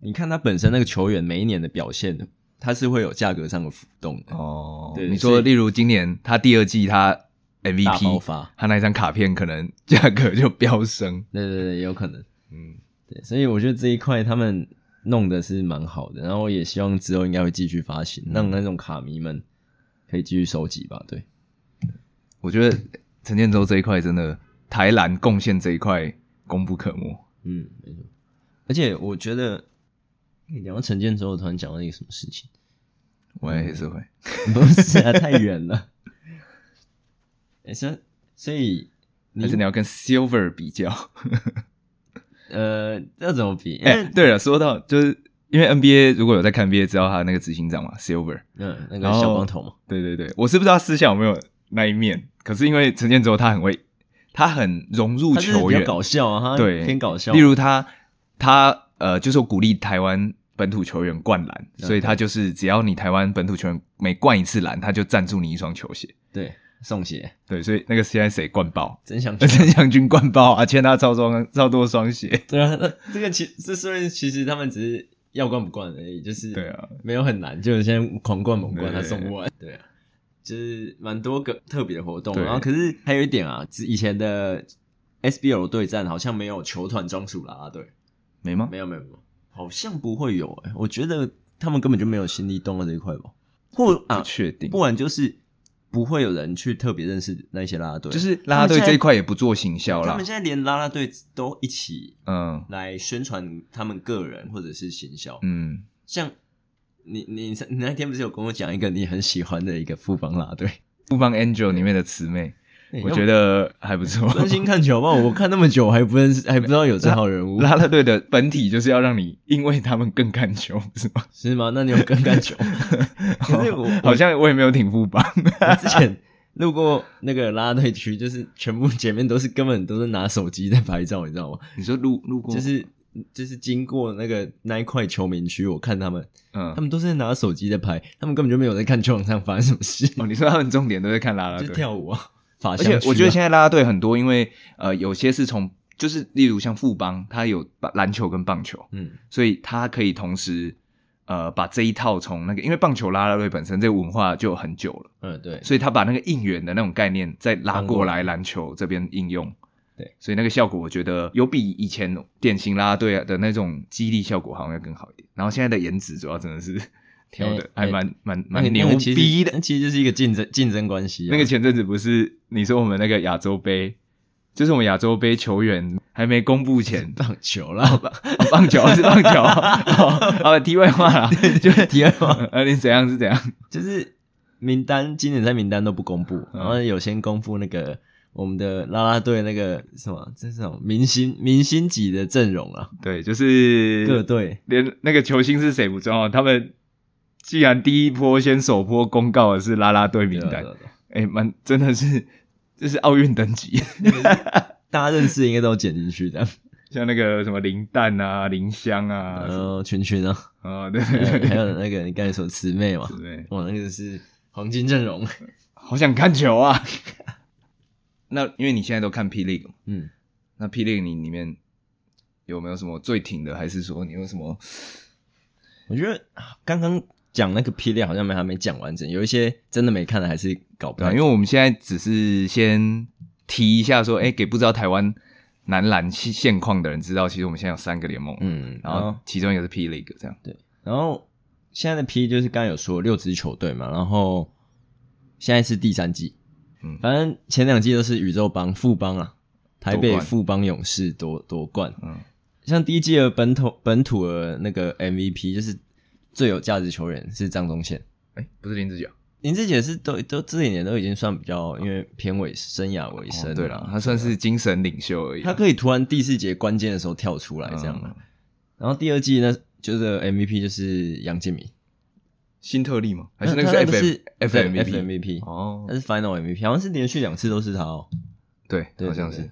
[SPEAKER 2] 你看他本身那个球员每一年的表现，他是会有价格上的浮动的，
[SPEAKER 1] 哦，
[SPEAKER 2] 对
[SPEAKER 1] 你
[SPEAKER 2] 所
[SPEAKER 1] 说
[SPEAKER 2] 以
[SPEAKER 1] 例如今年他第二季他
[SPEAKER 2] 大爆
[SPEAKER 1] MVP，
[SPEAKER 2] 发。
[SPEAKER 1] 他那张卡片可能 价格就飙升。
[SPEAKER 2] 对对对，有可能。
[SPEAKER 1] 嗯，
[SPEAKER 2] 对，所以我觉得这一块他们弄的是蛮好的，然后我也希望之后应该会继续发
[SPEAKER 1] 嗯
[SPEAKER 2] 行，让那种卡迷们可以继续收集吧。对，
[SPEAKER 1] 我觉得陈建州这一块真的台篮贡献这一块功不可没。
[SPEAKER 2] 嗯，没错。而且我觉得你聊到陈建州，我突然讲到一个什么事情，
[SPEAKER 1] 我也是会，
[SPEAKER 2] 不是啊，太远了。诶所以所以
[SPEAKER 1] 还是你要跟 Silver 比较？
[SPEAKER 2] 呃，要怎么比？因为、
[SPEAKER 1] 哎、 对了，说到就是因为 NBA 如果有在看 NBA，知道他那个执行长嘛，Silver。
[SPEAKER 2] 嗯，那个
[SPEAKER 1] 然后
[SPEAKER 2] 小光头嘛，
[SPEAKER 1] 对对对，我是不知道私下有没有那一面，可是因为陈建州他很会，他很融入
[SPEAKER 2] 他就是
[SPEAKER 1] 球
[SPEAKER 2] 比较
[SPEAKER 1] 员，
[SPEAKER 2] 搞笑啊，他
[SPEAKER 1] 对，
[SPEAKER 2] 偏搞笑。
[SPEAKER 1] 例如他他呃，就是鼓励台湾本土球员灌篮，
[SPEAKER 2] 嗯
[SPEAKER 1] 所以他就是只要你台湾本土球员每灌一次篮，他就赞助你一双球鞋。
[SPEAKER 2] 对送鞋，
[SPEAKER 1] 对，所以那个现在谁 灌爆？
[SPEAKER 2] 真 想去。
[SPEAKER 1] 陈祥军灌爆啊，欠他超双超多双鞋。
[SPEAKER 2] 对啊，那 这个其这虽然其实他们只是要灌不灌而已，就是
[SPEAKER 1] 对啊，
[SPEAKER 2] 没有很难，就是现在狂灌猛灌，
[SPEAKER 1] 对
[SPEAKER 2] 他送不完。对啊，就是蛮多个特别活动。
[SPEAKER 1] 对
[SPEAKER 2] 然后可是还有一点啊，之以前的 SBL 对战好像没有球团专属啦啦队，
[SPEAKER 1] 没吗？
[SPEAKER 2] 没有没有没有，好像不会有哎、我觉得他们根本就没有心力动到这一块吧，或
[SPEAKER 1] 不
[SPEAKER 2] 啊，
[SPEAKER 1] 确定，
[SPEAKER 2] 不然就是不会有人去特别认识那些啦啦队，
[SPEAKER 1] 就是啦啦
[SPEAKER 2] 他们
[SPEAKER 1] 队
[SPEAKER 2] 现在
[SPEAKER 1] 这一块也不做行销
[SPEAKER 2] 他
[SPEAKER 1] 啦
[SPEAKER 2] 们。现在连啦啦队都一起
[SPEAKER 1] 嗯
[SPEAKER 2] 来宣传他们个人或者是行销。
[SPEAKER 1] 嗯，
[SPEAKER 2] 像你你你那天不是有跟我讲一个你很喜欢的一个富邦啦队？
[SPEAKER 1] 不帮 Angel 里面的慈妹，我觉
[SPEAKER 2] 得
[SPEAKER 1] 得还 不错。
[SPEAKER 2] 专心看球吧，我看那么久还不认识，还不知道有这号人物
[SPEAKER 1] 啦啦队的本体就是要让你因为他们更看球，不是吗？
[SPEAKER 2] 是吗？那你有跟看球？ 可是我
[SPEAKER 1] 好像我也没有挺富邦。
[SPEAKER 2] 我之前路过那个啦啦队区，就是全部前面都是根本都是拿手机在拍照，你知道吗？
[SPEAKER 1] 你说路 路过
[SPEAKER 2] 就是。就是经过那个那一块球迷区，我看他们，
[SPEAKER 1] 嗯
[SPEAKER 2] 他，们都是在拿手机在拍，他们根本就没有在看球场上发生什么 事。
[SPEAKER 1] 哦，你说他们重点都在看啦啦
[SPEAKER 2] 就是
[SPEAKER 1] 队，
[SPEAKER 2] 跳舞啊，法啊
[SPEAKER 1] 而
[SPEAKER 2] 香、
[SPEAKER 1] 且我觉得现在啦啦队很多，因为呃有些是从就是例如像富邦，它有把篮球跟棒球，
[SPEAKER 2] 嗯，
[SPEAKER 1] 所以它可以同时呃把这一套从那个因为棒球啦啦队本身这个文化就很久了，
[SPEAKER 2] 嗯，对，
[SPEAKER 1] 所以他把那个应援的那种概念再拉
[SPEAKER 2] 搬过
[SPEAKER 1] 过
[SPEAKER 2] 来
[SPEAKER 1] 来篮球这边应用。
[SPEAKER 2] 对，
[SPEAKER 1] 所以那个效果我觉得有比以前典型啦啦队的那种激励效果好像要更好一点。然后现在的颜值主要真的是 挑
[SPEAKER 2] 哎
[SPEAKER 1] 的还蛮蛮
[SPEAKER 2] 那个
[SPEAKER 1] 蛮牛逼
[SPEAKER 2] 那个其实，
[SPEAKER 1] 的
[SPEAKER 2] 那其实就是一个竞争竞争关系、啊。，
[SPEAKER 1] 那个前阵子不是你说我们那个亚洲杯，就是我们亚洲杯球员还没公布前
[SPEAKER 2] 棒球啦，
[SPEAKER 1] 哦棒球是棒球， 哦好题外 话啦，就是
[SPEAKER 2] 第二嘛，
[SPEAKER 1] 呃你怎样是怎样，
[SPEAKER 2] 就是名单，今年在名单都不公布，
[SPEAKER 1] 嗯
[SPEAKER 2] 然后有先公布那个我们的啦啦队那个什么，这是什么明星明星级的阵容啊，
[SPEAKER 1] 对，就
[SPEAKER 2] 各
[SPEAKER 1] 是
[SPEAKER 2] 队
[SPEAKER 1] 连那个球星是谁不重要，他们既然第一波先首波公告的是啦啦队名
[SPEAKER 2] 对啊
[SPEAKER 1] 单
[SPEAKER 2] 对，啊对啊
[SPEAKER 1] 哎，蛮真的是这是奥运等级，
[SPEAKER 2] 大家认识应该都有剪进去的，
[SPEAKER 1] 像那个什么林丹啊、林湘啊
[SPEAKER 2] 然，后群群 啊，
[SPEAKER 1] 啊对
[SPEAKER 2] 还
[SPEAKER 1] 对
[SPEAKER 2] 有
[SPEAKER 1] 对
[SPEAKER 2] 还有那个你刚才说慈妹嘛，
[SPEAKER 1] 对。
[SPEAKER 2] 哇，那个是黄金阵容，
[SPEAKER 1] 好想看球啊！ 那因为你现在都看 P League，嘛
[SPEAKER 2] 嗯，
[SPEAKER 1] 那 P League 你里面有没有什么最挺的，还是说你有什么？
[SPEAKER 2] 我觉得啊刚刚讲那个批量好像没还没讲完整，有一些真的没看的还是搞不
[SPEAKER 1] 对、啊，
[SPEAKER 2] 太
[SPEAKER 1] 因为我们现在只是先提一下说，哎、给不知道台湾男篮现现况的人知道，其实我们现在有三个联盟，
[SPEAKER 2] 嗯，然
[SPEAKER 1] 然
[SPEAKER 2] 后
[SPEAKER 1] 后其中一个是 P League 这样。
[SPEAKER 2] 然后现在的 P 就是刚刚有说六支球队嘛，然后现在是第三季，
[SPEAKER 1] 嗯
[SPEAKER 2] 反正前两季都是宇宙帮、富邦啊，台
[SPEAKER 1] 夺
[SPEAKER 2] 北
[SPEAKER 1] 冠
[SPEAKER 2] 富邦勇士夺夺冠，
[SPEAKER 1] 嗯，
[SPEAKER 2] 像第一季的本土本土的那个 MVP 就是最有价值球员是张宗宪。
[SPEAKER 1] 哎、不是林志杰，
[SPEAKER 2] 林志杰是都都这几年都已经算比较因为偏尾生涯尾声、啊
[SPEAKER 1] 哦对了，他
[SPEAKER 2] 他
[SPEAKER 1] 算是精神领袖而已啊。
[SPEAKER 2] 他可以突然第四节关键的时候跳出来
[SPEAKER 1] 嗯
[SPEAKER 2] 这样。啊然后第二季呢，就是 MVP 就是杨建民，
[SPEAKER 1] 新特例吗？还是那
[SPEAKER 2] 他
[SPEAKER 1] 个是 F
[SPEAKER 2] 是
[SPEAKER 1] F M
[SPEAKER 2] F M V P，
[SPEAKER 1] 哦
[SPEAKER 2] 他，是 Final MVP，好像是连续两次都是他哦。
[SPEAKER 1] 对，
[SPEAKER 2] 对
[SPEAKER 1] 好像
[SPEAKER 2] 对
[SPEAKER 1] 是
[SPEAKER 2] 对。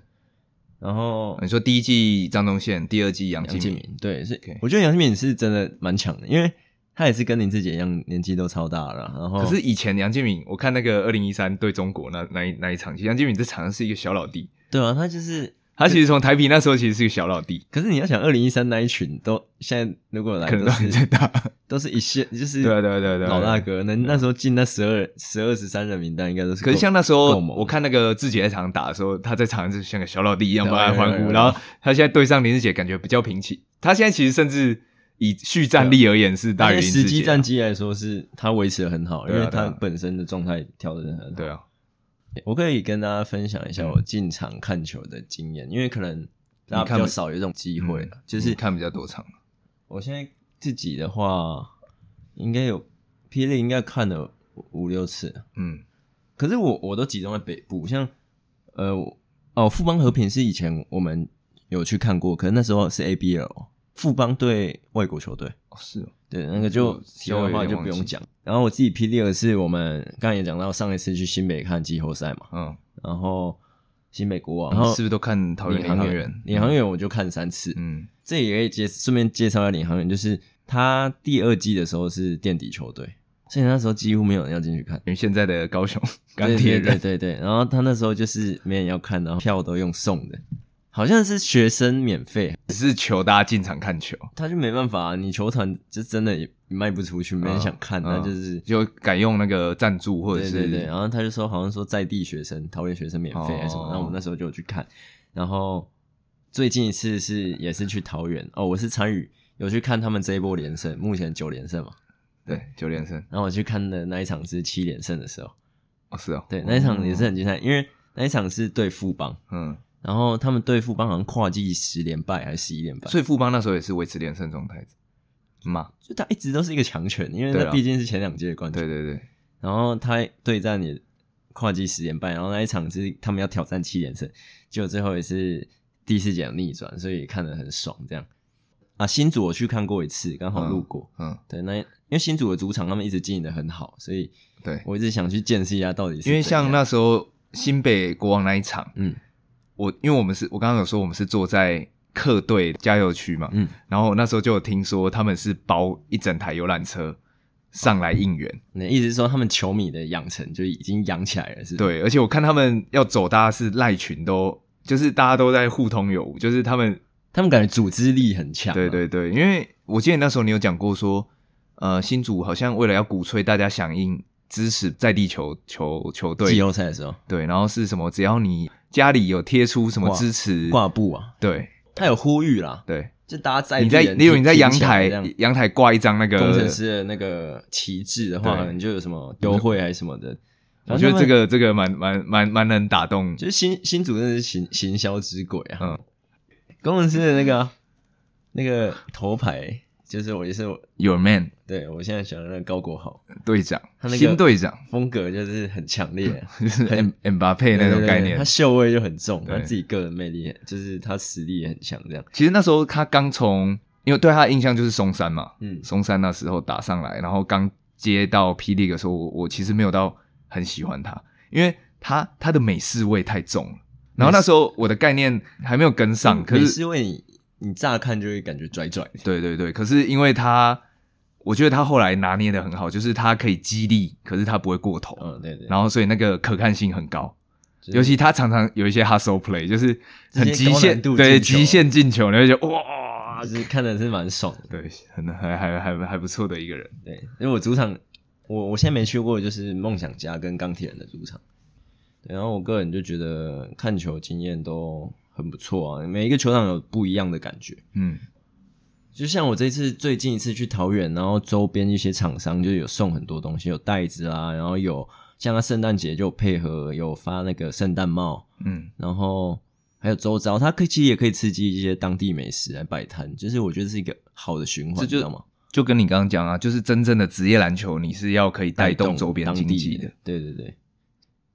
[SPEAKER 2] 然后
[SPEAKER 1] 你说第一季张东宪，第二季杨
[SPEAKER 2] 杨
[SPEAKER 1] 敬
[SPEAKER 2] 建
[SPEAKER 1] 敏，
[SPEAKER 2] 民，对，是
[SPEAKER 1] OK
[SPEAKER 2] 我觉得杨建民是真的蛮强的，因为他也是跟林志杰一样年纪都超大了，然后
[SPEAKER 1] 可是以前杨建敏，
[SPEAKER 2] 哦
[SPEAKER 1] 我看那个二零一三对中国那那一那一场，其实杨建敏这场是一个小老弟，
[SPEAKER 2] 对啊，他就是
[SPEAKER 1] 他其实从台皮那时候其实是个小老弟，
[SPEAKER 2] 可是你要想，二零一三那一群都现在如果来
[SPEAKER 1] 可能
[SPEAKER 2] 都
[SPEAKER 1] 都很 在
[SPEAKER 2] 是
[SPEAKER 1] 打。
[SPEAKER 2] 都是一线，就是
[SPEAKER 1] 对啊对啊对啊对啊
[SPEAKER 2] 老大哥，能那时候进那十二十二十三人名单，应该都是够。
[SPEAKER 1] 可是像那时
[SPEAKER 2] 够
[SPEAKER 1] 候
[SPEAKER 2] 猛
[SPEAKER 1] 我看那个志杰在场打的时候，他在场上就像个小老弟一样
[SPEAKER 2] 对
[SPEAKER 1] 帮他欢
[SPEAKER 2] 对对
[SPEAKER 1] 呼，
[SPEAKER 2] 对
[SPEAKER 1] 然后他现在对上林志杰感觉比较平起，他现在其实甚至以续战力而言是大于
[SPEAKER 2] 但
[SPEAKER 1] 林
[SPEAKER 2] 是
[SPEAKER 1] 志
[SPEAKER 2] 实
[SPEAKER 1] 杰
[SPEAKER 2] 际
[SPEAKER 1] 啊。
[SPEAKER 2] 战绩来说，是他维持的很好，因
[SPEAKER 1] 对啊
[SPEAKER 2] 为
[SPEAKER 1] 对啊
[SPEAKER 2] 他本身的状态调整得很好。
[SPEAKER 1] 对啊，嗯
[SPEAKER 2] 我可以跟大家分享一下我进场看球的经验，因为可能大家
[SPEAKER 1] 你看
[SPEAKER 2] 比较少有这种机会了。就是
[SPEAKER 1] 你嗯看比较多场，
[SPEAKER 2] 我现在自己的话，应该有霹雳应该看了五五六次了，
[SPEAKER 1] 嗯
[SPEAKER 2] 可是我我都集中在北部，像呃我哦富邦和平是以前我们有去看过，可是那时候是 ABL 富邦对外国球队，
[SPEAKER 1] 哦是哦，
[SPEAKER 2] 对，那个就
[SPEAKER 1] 我
[SPEAKER 2] 题外话就不用讲。然后我自己 P 第二是我们刚才也讲到上一次去新北看季后赛嘛，
[SPEAKER 1] 嗯，
[SPEAKER 2] 然后新北国王，
[SPEAKER 1] 然
[SPEAKER 2] 然后
[SPEAKER 1] 嗯后是不是都看桃园领航员？
[SPEAKER 2] 领航员我就看三次，
[SPEAKER 1] 嗯，
[SPEAKER 2] 这也可以介顺便介绍一下领航员，就是他第二季的时候是垫底球队，所以那时候几乎没有人要进去看。
[SPEAKER 1] 因为现在的 高雄钢铁
[SPEAKER 2] 对对对
[SPEAKER 1] 人，
[SPEAKER 2] 对对然后他那时候就是没人要看，然后票都用送的，好像是学生免费，
[SPEAKER 1] 只是求大家进场看球，
[SPEAKER 2] 他就没办法、啊你球团就真的也卖不出去，没人想看，那、
[SPEAKER 1] 嗯
[SPEAKER 2] 就是
[SPEAKER 1] 就改用那个赞助或者
[SPEAKER 2] 对
[SPEAKER 1] 是
[SPEAKER 2] 对对，然后他就说好像说在地学生、桃园学生免费还是什么，
[SPEAKER 1] 哦
[SPEAKER 2] 那、我们那时候就有去看，然后最近一次是也是去桃园哦，我是参与有去看他们这一波连胜，目前九连胜嘛，
[SPEAKER 1] 对九连胜，
[SPEAKER 2] 然后我去看的那一场是七连胜的时候，
[SPEAKER 1] 哦是哦，
[SPEAKER 2] 对，那一场也是很精彩，因为那一场是对富邦。
[SPEAKER 1] 嗯，
[SPEAKER 2] 然后他们对富邦好像跨季十连败还是十一连败，
[SPEAKER 1] 所以富邦那时候也是维持连胜状态嘛，
[SPEAKER 2] 就他一直都是一个强权，因为
[SPEAKER 1] 对
[SPEAKER 2] 那
[SPEAKER 1] 啊
[SPEAKER 2] 毕竟是前两届的冠军。
[SPEAKER 1] 对对对，
[SPEAKER 2] 然后他对战也跨季十连败，然后那一场是他们要挑战七连胜，结果最后也是第四节有逆转，所以也看得很爽。这样啊，新组我去看过一次，刚好路过。
[SPEAKER 1] 嗯
[SPEAKER 2] 对，那因为新组的主场他们一直经营的很好，所以
[SPEAKER 1] 对，
[SPEAKER 2] 我一直想去见识一下到底是
[SPEAKER 1] 因为
[SPEAKER 2] 怎样
[SPEAKER 1] 像那时候新北国王那一场，
[SPEAKER 2] 嗯
[SPEAKER 1] 我因为我们是我刚刚有说我们是坐在客队加油区嘛，
[SPEAKER 2] 嗯，
[SPEAKER 1] 然后那时候就有听说他们是包一整台游览车上来应援，
[SPEAKER 2] 你的意思是说他们球迷的养成就已经养起来了，是吧？
[SPEAKER 1] 对，而且我看他们要走，大家是赖群都就是大家都在互通有无，就是他们
[SPEAKER 2] 他们感觉组织力很强啊、
[SPEAKER 1] 对对对，因为我记得那时候你有讲过说，呃，新竹好像为了要鼓吹大家响应支持在地球球球队
[SPEAKER 2] 季，后赛的时候
[SPEAKER 1] 对，然后是什么？只要你家里有贴出什么
[SPEAKER 2] 挂
[SPEAKER 1] 支持，
[SPEAKER 2] 挂布啊，
[SPEAKER 1] 对
[SPEAKER 2] 他有呼吁啦，
[SPEAKER 1] 对，
[SPEAKER 2] 就大家在
[SPEAKER 1] 你
[SPEAKER 2] 地
[SPEAKER 1] 在
[SPEAKER 2] 人
[SPEAKER 1] 例如你在
[SPEAKER 2] 挺
[SPEAKER 1] 阳
[SPEAKER 2] 起来
[SPEAKER 1] 台
[SPEAKER 2] 这样
[SPEAKER 1] 阳台挂一张那个
[SPEAKER 2] 工程师的那个旗帜的话，
[SPEAKER 1] 对
[SPEAKER 2] 可能就有什么优惠还是什么的。
[SPEAKER 1] 我觉
[SPEAKER 2] 反正他
[SPEAKER 1] 得
[SPEAKER 2] 们
[SPEAKER 1] 这个这个蛮蛮蛮蛮能打动，
[SPEAKER 2] 就是新新主任是行行销之鬼啊。
[SPEAKER 1] 嗯
[SPEAKER 2] 工程师的那个啊那个头牌，就是我也是我
[SPEAKER 1] Your Man
[SPEAKER 2] 对我现在喜欢的那个高国豪，
[SPEAKER 1] 队长，
[SPEAKER 2] 他那个
[SPEAKER 1] 新队长
[SPEAKER 2] 风格就是很强烈啊、
[SPEAKER 1] 就是 M M 巴佩那
[SPEAKER 2] 对对
[SPEAKER 1] 种
[SPEAKER 2] 对
[SPEAKER 1] 概
[SPEAKER 2] 对
[SPEAKER 1] 念
[SPEAKER 2] 他。嗅味就很重，
[SPEAKER 1] 对
[SPEAKER 2] 他自己个人魅力也就是他实力也很强，这样。
[SPEAKER 1] 其实那时候他刚从，因为对他的印象就是松山嘛，
[SPEAKER 2] 嗯
[SPEAKER 1] 松山那时候打上来，然后刚接到霹雳的时候，我我其实没有到很喜欢他，因为他他的美式味太重了。然后那时候我的概念还没有跟上，可
[SPEAKER 2] 每
[SPEAKER 1] 是
[SPEAKER 2] 次为你你乍看就会感觉拽拽的，
[SPEAKER 1] 对对对，可是因为他，我觉得他后来拿捏的很好，就是他可以激励，可是他不会过头，
[SPEAKER 2] 嗯对对，
[SPEAKER 1] 然后所以那个可看性很高。
[SPEAKER 2] 就是
[SPEAKER 1] 尤其他常常有一些 hustle play，就是
[SPEAKER 2] 直
[SPEAKER 1] 很
[SPEAKER 2] 接
[SPEAKER 1] 极
[SPEAKER 2] 高
[SPEAKER 1] 限，
[SPEAKER 2] 难度
[SPEAKER 1] 对
[SPEAKER 2] 进球
[SPEAKER 1] 极限进球，你会觉得哇，
[SPEAKER 2] 就是看的是蛮爽的。
[SPEAKER 1] 对，很还还还还不错的一个人。
[SPEAKER 2] 对，因为我主场，我我现在没去过，就是梦想家跟钢铁人的主场。对，然后我个人就觉得看球经验都很不错啊，每一个球场有不一样的感觉。
[SPEAKER 1] 嗯，
[SPEAKER 2] 就像我这次最近一次去桃园，然后周边一些厂商就有送很多东西，有袋子啊，然后有像他圣诞节就有配合有发那个圣诞帽，
[SPEAKER 1] 嗯，
[SPEAKER 2] 然后还有周遭，它可以其实也可以刺激一些当地美食来摆摊，就是我觉得是一个好的循环，
[SPEAKER 1] 这
[SPEAKER 2] 你
[SPEAKER 1] 就
[SPEAKER 2] 知道吗？
[SPEAKER 1] 就跟你刚刚讲啊，就是真正的职业篮球，你是要可以带动周边
[SPEAKER 2] 当
[SPEAKER 1] 经
[SPEAKER 2] 地
[SPEAKER 1] 济的。。
[SPEAKER 2] 对对对，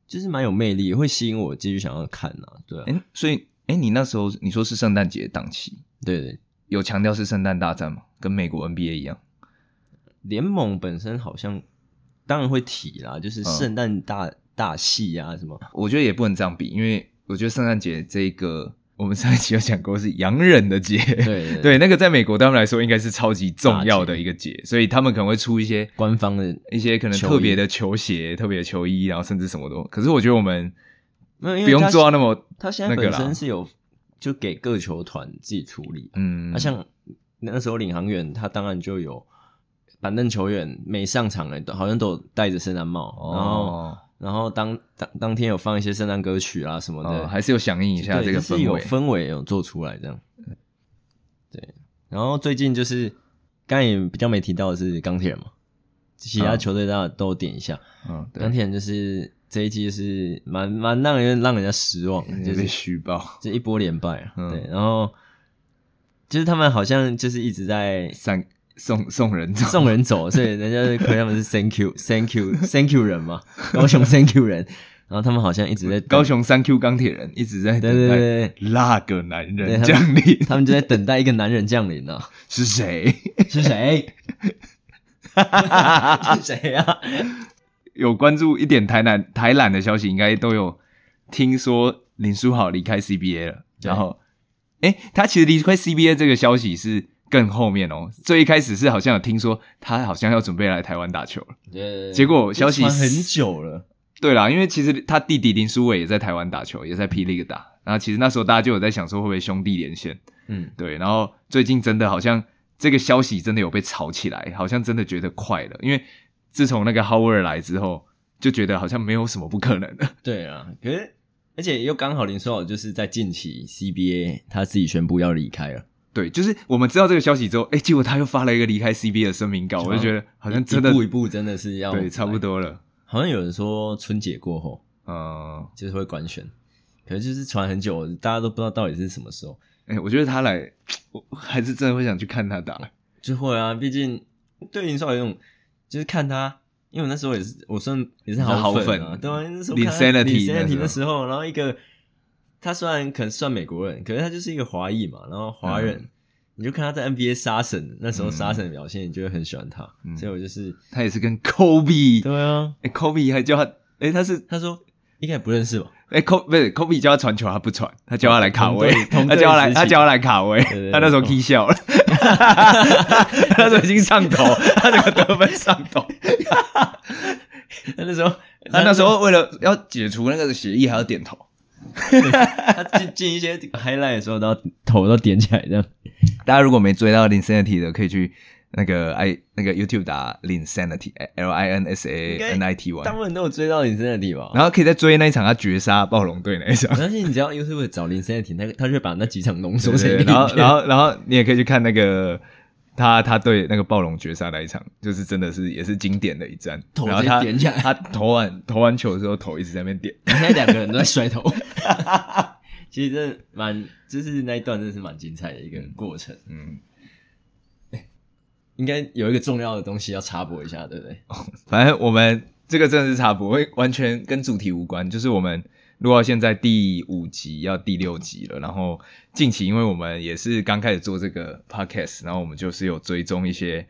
[SPEAKER 2] 就是蛮有魅力，会吸引我继续想要看啊。对啊，
[SPEAKER 1] 哎、所以哎、诶你那时候你说是圣诞节档期，
[SPEAKER 2] 对对，
[SPEAKER 1] 有强调是圣诞大战吗？跟美国 NBA 一样，
[SPEAKER 2] 联盟本身好像当然会提啦，
[SPEAKER 1] 嗯
[SPEAKER 2] 就是圣诞大、大戏啊什么。
[SPEAKER 1] 我觉得也不能这样比，因为我觉得圣诞节这个，我们上一期有讲过是洋人的节，
[SPEAKER 2] 对对对
[SPEAKER 1] 对，那个在美国对他们来说应该是超级重要的一个节，所以他们可能会出一些
[SPEAKER 2] 官方的
[SPEAKER 1] 一些可能
[SPEAKER 2] 球衣
[SPEAKER 1] 特别的球鞋、特别的球衣，然后甚至什么都。可是我觉得我们
[SPEAKER 2] 没有，因为
[SPEAKER 1] 不用
[SPEAKER 2] 他
[SPEAKER 1] 做到那么
[SPEAKER 2] 他现在
[SPEAKER 1] 那个
[SPEAKER 2] 本
[SPEAKER 1] 啦
[SPEAKER 2] 身是有就给各球团自己处理。
[SPEAKER 1] 嗯，
[SPEAKER 2] 那、啊像那时候领航员，他当然就有板凳球员每上场了，都好像都有戴着圣诞帽，然后
[SPEAKER 1] 哦，
[SPEAKER 2] 然后当当当天有放一些圣诞歌曲啊什么的，
[SPEAKER 1] 哦还是有响应一下
[SPEAKER 2] 对
[SPEAKER 1] 这个
[SPEAKER 2] 就是
[SPEAKER 1] 氛
[SPEAKER 2] 有
[SPEAKER 1] 围。
[SPEAKER 2] 氛围有做出来这样。对，然后最近就是刚才也比较没提到的是钢铁人嘛，其他
[SPEAKER 1] 嗯
[SPEAKER 2] 球队大家都点一下，
[SPEAKER 1] 嗯，
[SPEAKER 2] 钢
[SPEAKER 1] 对，
[SPEAKER 2] 铁人就是这一季是蛮蛮让人让人家失望 的，就
[SPEAKER 1] 有点
[SPEAKER 2] 是
[SPEAKER 1] 虚报，
[SPEAKER 2] 这一波连败啊，
[SPEAKER 1] 嗯
[SPEAKER 2] 对，然后就是他们好像就是一直在
[SPEAKER 1] 散送送人走，
[SPEAKER 2] 送人 走，所以人家就亏他们是 thank you thank you thank you 人 嘛，高雄 thank you 人，然后他们好像一直在等
[SPEAKER 1] 高，雄三 Q 钢铁人一直在
[SPEAKER 2] 对对
[SPEAKER 1] 等
[SPEAKER 2] 对
[SPEAKER 1] 待
[SPEAKER 2] 对，
[SPEAKER 1] 那个男
[SPEAKER 2] 对
[SPEAKER 1] 人
[SPEAKER 2] 他们
[SPEAKER 1] 降 临
[SPEAKER 2] 他们就在等待一个男人降临啊，
[SPEAKER 1] 是谁？
[SPEAKER 2] 是谁？ 是谁啊？
[SPEAKER 1] 有关注一点台南台篮的消息，应该都有听说林书豪离开 CBA 了。
[SPEAKER 2] 对
[SPEAKER 1] 然后，哎、他其实离开 CBA 这个消息是更后面哦。最一开始是好像有听说他好像要准备来台湾打球了。结果消息
[SPEAKER 2] 传很久了，
[SPEAKER 1] 对啦，因为其实他弟弟林书伟也在台湾打球，也在霹雳打。然后其实那时候大家就有在想说会不会兄弟连线，
[SPEAKER 2] 嗯，
[SPEAKER 1] 对。然后最近真的好像这个消息真的有被炒起来，好像真的觉得快了，因为自从那个 Howard 来之后，就觉得好像没有什么不可能的。
[SPEAKER 2] 对啊，可是而且又刚好林书豪就是在近期 CBA 他自己宣布要离开了，
[SPEAKER 1] 对，就是我们知道这个消息之后，哎、结果他又发了一个离开 CBA 的声明稿，我就觉得好像真的
[SPEAKER 2] 一步一步真的是要
[SPEAKER 1] 对，差不，多了。
[SPEAKER 2] 好像有人说春节过后
[SPEAKER 1] 嗯，
[SPEAKER 2] 就是会官宣，可是就是传很久，大家都不知道到底是什么时候，
[SPEAKER 1] 哎、我觉得他来，我我还是真的会想去看他打。
[SPEAKER 2] 就会啊，毕竟对林书豪有一种就是看他。因为我那时候也是，我算也是好啊，
[SPEAKER 1] 好粉
[SPEAKER 2] 对啊，那时候
[SPEAKER 1] Lin
[SPEAKER 2] 看他
[SPEAKER 1] Sanity 那
[SPEAKER 2] Lin
[SPEAKER 1] 时
[SPEAKER 2] Sanity
[SPEAKER 1] 候
[SPEAKER 2] 那时候，然后一个他虽然可能算美国人，可是他就是一个华裔嘛，然后华人，
[SPEAKER 1] 嗯
[SPEAKER 2] 你就看他在 NBA 杀神那时候
[SPEAKER 1] 嗯
[SPEAKER 2] 杀神的表现，你就会很喜欢他，
[SPEAKER 1] 嗯
[SPEAKER 2] 所以我就是
[SPEAKER 1] 他也是跟 Kobe，
[SPEAKER 2] 对啊，
[SPEAKER 1] 哎、k o b e 还叫他，哎、他是
[SPEAKER 2] 他说应该也不认识吧？
[SPEAKER 1] 哎、k o 不是 Kobe 叫他传球，他不传，他叫他来卡位，
[SPEAKER 2] 哦同队同
[SPEAKER 1] 他
[SPEAKER 2] 队
[SPEAKER 1] 叫他来，
[SPEAKER 2] 时期
[SPEAKER 1] 他叫他来卡位，
[SPEAKER 2] 对对
[SPEAKER 1] 他那时候
[SPEAKER 2] 哦
[SPEAKER 1] K 笑了，他那时候已经上头，他那个得分上头，
[SPEAKER 2] 他 那时候
[SPEAKER 1] 他那时候为了要解除那个协议还要点头。
[SPEAKER 2] 他进进一些 highlight 的时候，然后头都点起来这样。
[SPEAKER 1] 大家如果没追到 Linsanity 的，可以去那个 i 那个 YouTube 打 Linsanity L I N S A
[SPEAKER 2] 应该
[SPEAKER 1] N I T
[SPEAKER 2] 大
[SPEAKER 1] Y，
[SPEAKER 2] 部分都有追到林森的地 方。
[SPEAKER 1] 然后可以再追那一场他绝杀暴龙队那一 场
[SPEAKER 2] 我。相信你只要 YouTube 找林森的停，他他就会把那几场浓缩成一个
[SPEAKER 1] 对然后
[SPEAKER 2] 影片
[SPEAKER 1] 然后然后你也可以去看那个他他对那个暴龙绝杀那一场，就是真的是也是经典的一战。
[SPEAKER 2] 头
[SPEAKER 1] 然后
[SPEAKER 2] 直接
[SPEAKER 1] 他
[SPEAKER 2] 点起来
[SPEAKER 1] 他投完投完球之后头一直在那边点。
[SPEAKER 2] 现在两个人都在摔 头。其实真的蛮，就是那一段真的是蛮精彩的一个过程。
[SPEAKER 1] 嗯，
[SPEAKER 2] 应该有一个重要的东西要插播一下，对不对？
[SPEAKER 1] 反正我们这个真的是插播，会完全跟主题无关，就是我们。录到现在第五集要第六集了，然后近期因为我们也是刚开始做这个 podcast，然后我们就是有追踪一些，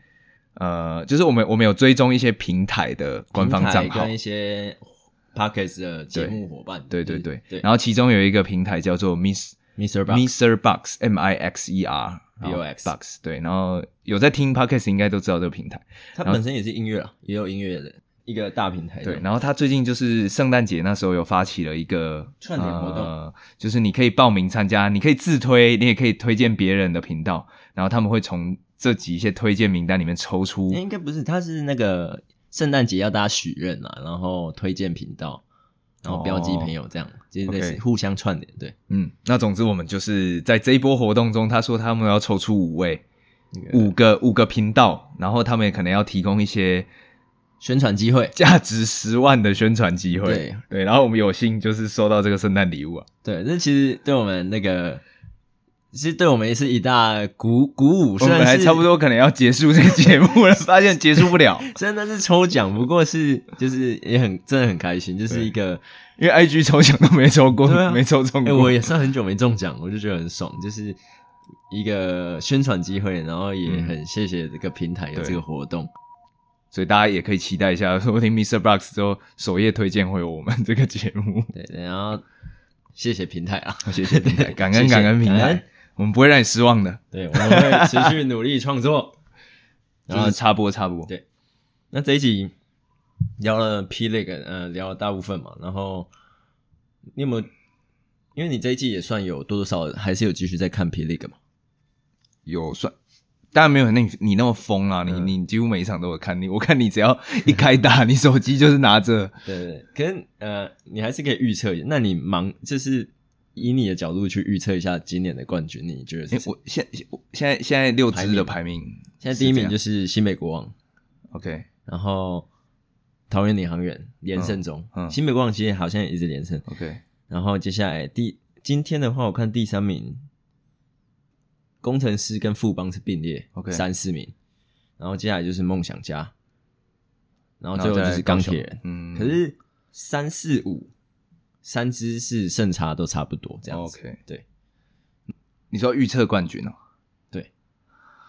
[SPEAKER 1] 呃，就是我们我们有追踪一些平台的官方账
[SPEAKER 2] 平台
[SPEAKER 1] 号
[SPEAKER 2] 跟一，些 Pockets 的节目伙伴，
[SPEAKER 1] 对对对，
[SPEAKER 2] 对。
[SPEAKER 1] 然后其中有一个平台叫做 Miss
[SPEAKER 2] Mr. b
[SPEAKER 1] Mr. Box M I X E R
[SPEAKER 2] B O X
[SPEAKER 1] Box，对，然后有在听 podcast 应该都知道这个平台，
[SPEAKER 2] 他本身也是音乐啊，也有音乐的一个大平台。
[SPEAKER 1] 对，，然后他最近就是圣诞节那时候有发起了一个
[SPEAKER 2] 串联活动
[SPEAKER 1] 呃就是你可以报名参加，你可以自推，你也可以推荐别人的频道，然后他们会从这几一些推荐名单里面抽出，
[SPEAKER 2] 诶应该不是，他是那个圣诞节要大家许愿嘛，然后推荐频道，然后标记朋友这样，就是类似
[SPEAKER 1] 哦 OK
[SPEAKER 2] 互相串联。对，
[SPEAKER 1] 嗯，那总之我们就是在这一波活动中，他说他们要抽出五位。五个五个频道，然后他们也可能要提供一些
[SPEAKER 2] 宣传机会，
[SPEAKER 1] 价值十万的宣传机会。
[SPEAKER 2] 对
[SPEAKER 1] 然后我们有幸就是收到这个圣诞礼物啊，
[SPEAKER 2] 对，这其实对我们那个，其实对我们也是一大鼓鼓舞。
[SPEAKER 1] 我
[SPEAKER 2] 虽
[SPEAKER 1] 们
[SPEAKER 2] 然
[SPEAKER 1] 还
[SPEAKER 2] 是
[SPEAKER 1] 差不，多可能要结束这个节目了，发现结束不了，
[SPEAKER 2] 虽然那是抽奖，不过是就是也很真的很开心，就是一 个，
[SPEAKER 1] 因为 IG 抽奖都没抽过，
[SPEAKER 2] 对啊
[SPEAKER 1] 没抽中
[SPEAKER 2] 哎、
[SPEAKER 1] 过。
[SPEAKER 2] 我也算很久没中奖，我就觉得很爽，就是一个宣传机会，然后也
[SPEAKER 1] 嗯
[SPEAKER 2] 很谢谢这个平台有
[SPEAKER 1] 对
[SPEAKER 2] 这个活动。
[SPEAKER 1] 所以大家也可以期待一下，说不定 Mr. Box 之后首页推荐会有我们这个节 目。
[SPEAKER 2] 对，然后谢谢平台啊，
[SPEAKER 1] 谢谢平台，感恩
[SPEAKER 2] 谢谢
[SPEAKER 1] 感恩平
[SPEAKER 2] 感
[SPEAKER 1] 台
[SPEAKER 2] 恩，啊
[SPEAKER 1] 我们不会让你失望的。
[SPEAKER 2] 对，我们会持续努力创 作。然
[SPEAKER 1] 就
[SPEAKER 2] 后
[SPEAKER 1] 是插播插播，
[SPEAKER 2] 对那这一集聊了 P Leg，呃，聊了大部分嘛，然后你有没有因为你这一季也算有多多少少还是有继续在看 P League 嘛，
[SPEAKER 1] 有算，当然没有那你你那么疯啊，你
[SPEAKER 2] 嗯
[SPEAKER 1] 你几乎每一场都有看你，我看你只要一开打，你手机就是拿着，
[SPEAKER 2] 对对对，可是呃，你还是可以预测一下。那你忙就是以你的角度去预测一下今年的冠军，你觉得是
[SPEAKER 1] 诶
[SPEAKER 2] 谁？
[SPEAKER 1] 我现我现在现在六支的
[SPEAKER 2] 排
[SPEAKER 1] 排名，
[SPEAKER 2] 现在第一名就是是新北国王，
[SPEAKER 1] 这样 OK，
[SPEAKER 2] 然后桃园领航员连胜中，
[SPEAKER 1] 嗯嗯
[SPEAKER 2] 新北国王其实好像也一直连胜。
[SPEAKER 1] OK，
[SPEAKER 2] 然后接下来第今天的话，我看第三名，工程师跟富邦是并列
[SPEAKER 1] OK
[SPEAKER 2] 三四名，然后接下来就是梦想家，然后哦最后
[SPEAKER 1] 再
[SPEAKER 2] 就
[SPEAKER 1] 来
[SPEAKER 2] 是
[SPEAKER 1] 高
[SPEAKER 2] 钢
[SPEAKER 1] 雄
[SPEAKER 2] 铁人。
[SPEAKER 1] 嗯，
[SPEAKER 2] 可是三四五三支是胜差都差不多这样子。
[SPEAKER 1] 哦 OK
[SPEAKER 2] 对。
[SPEAKER 1] 你说预测冠军哦，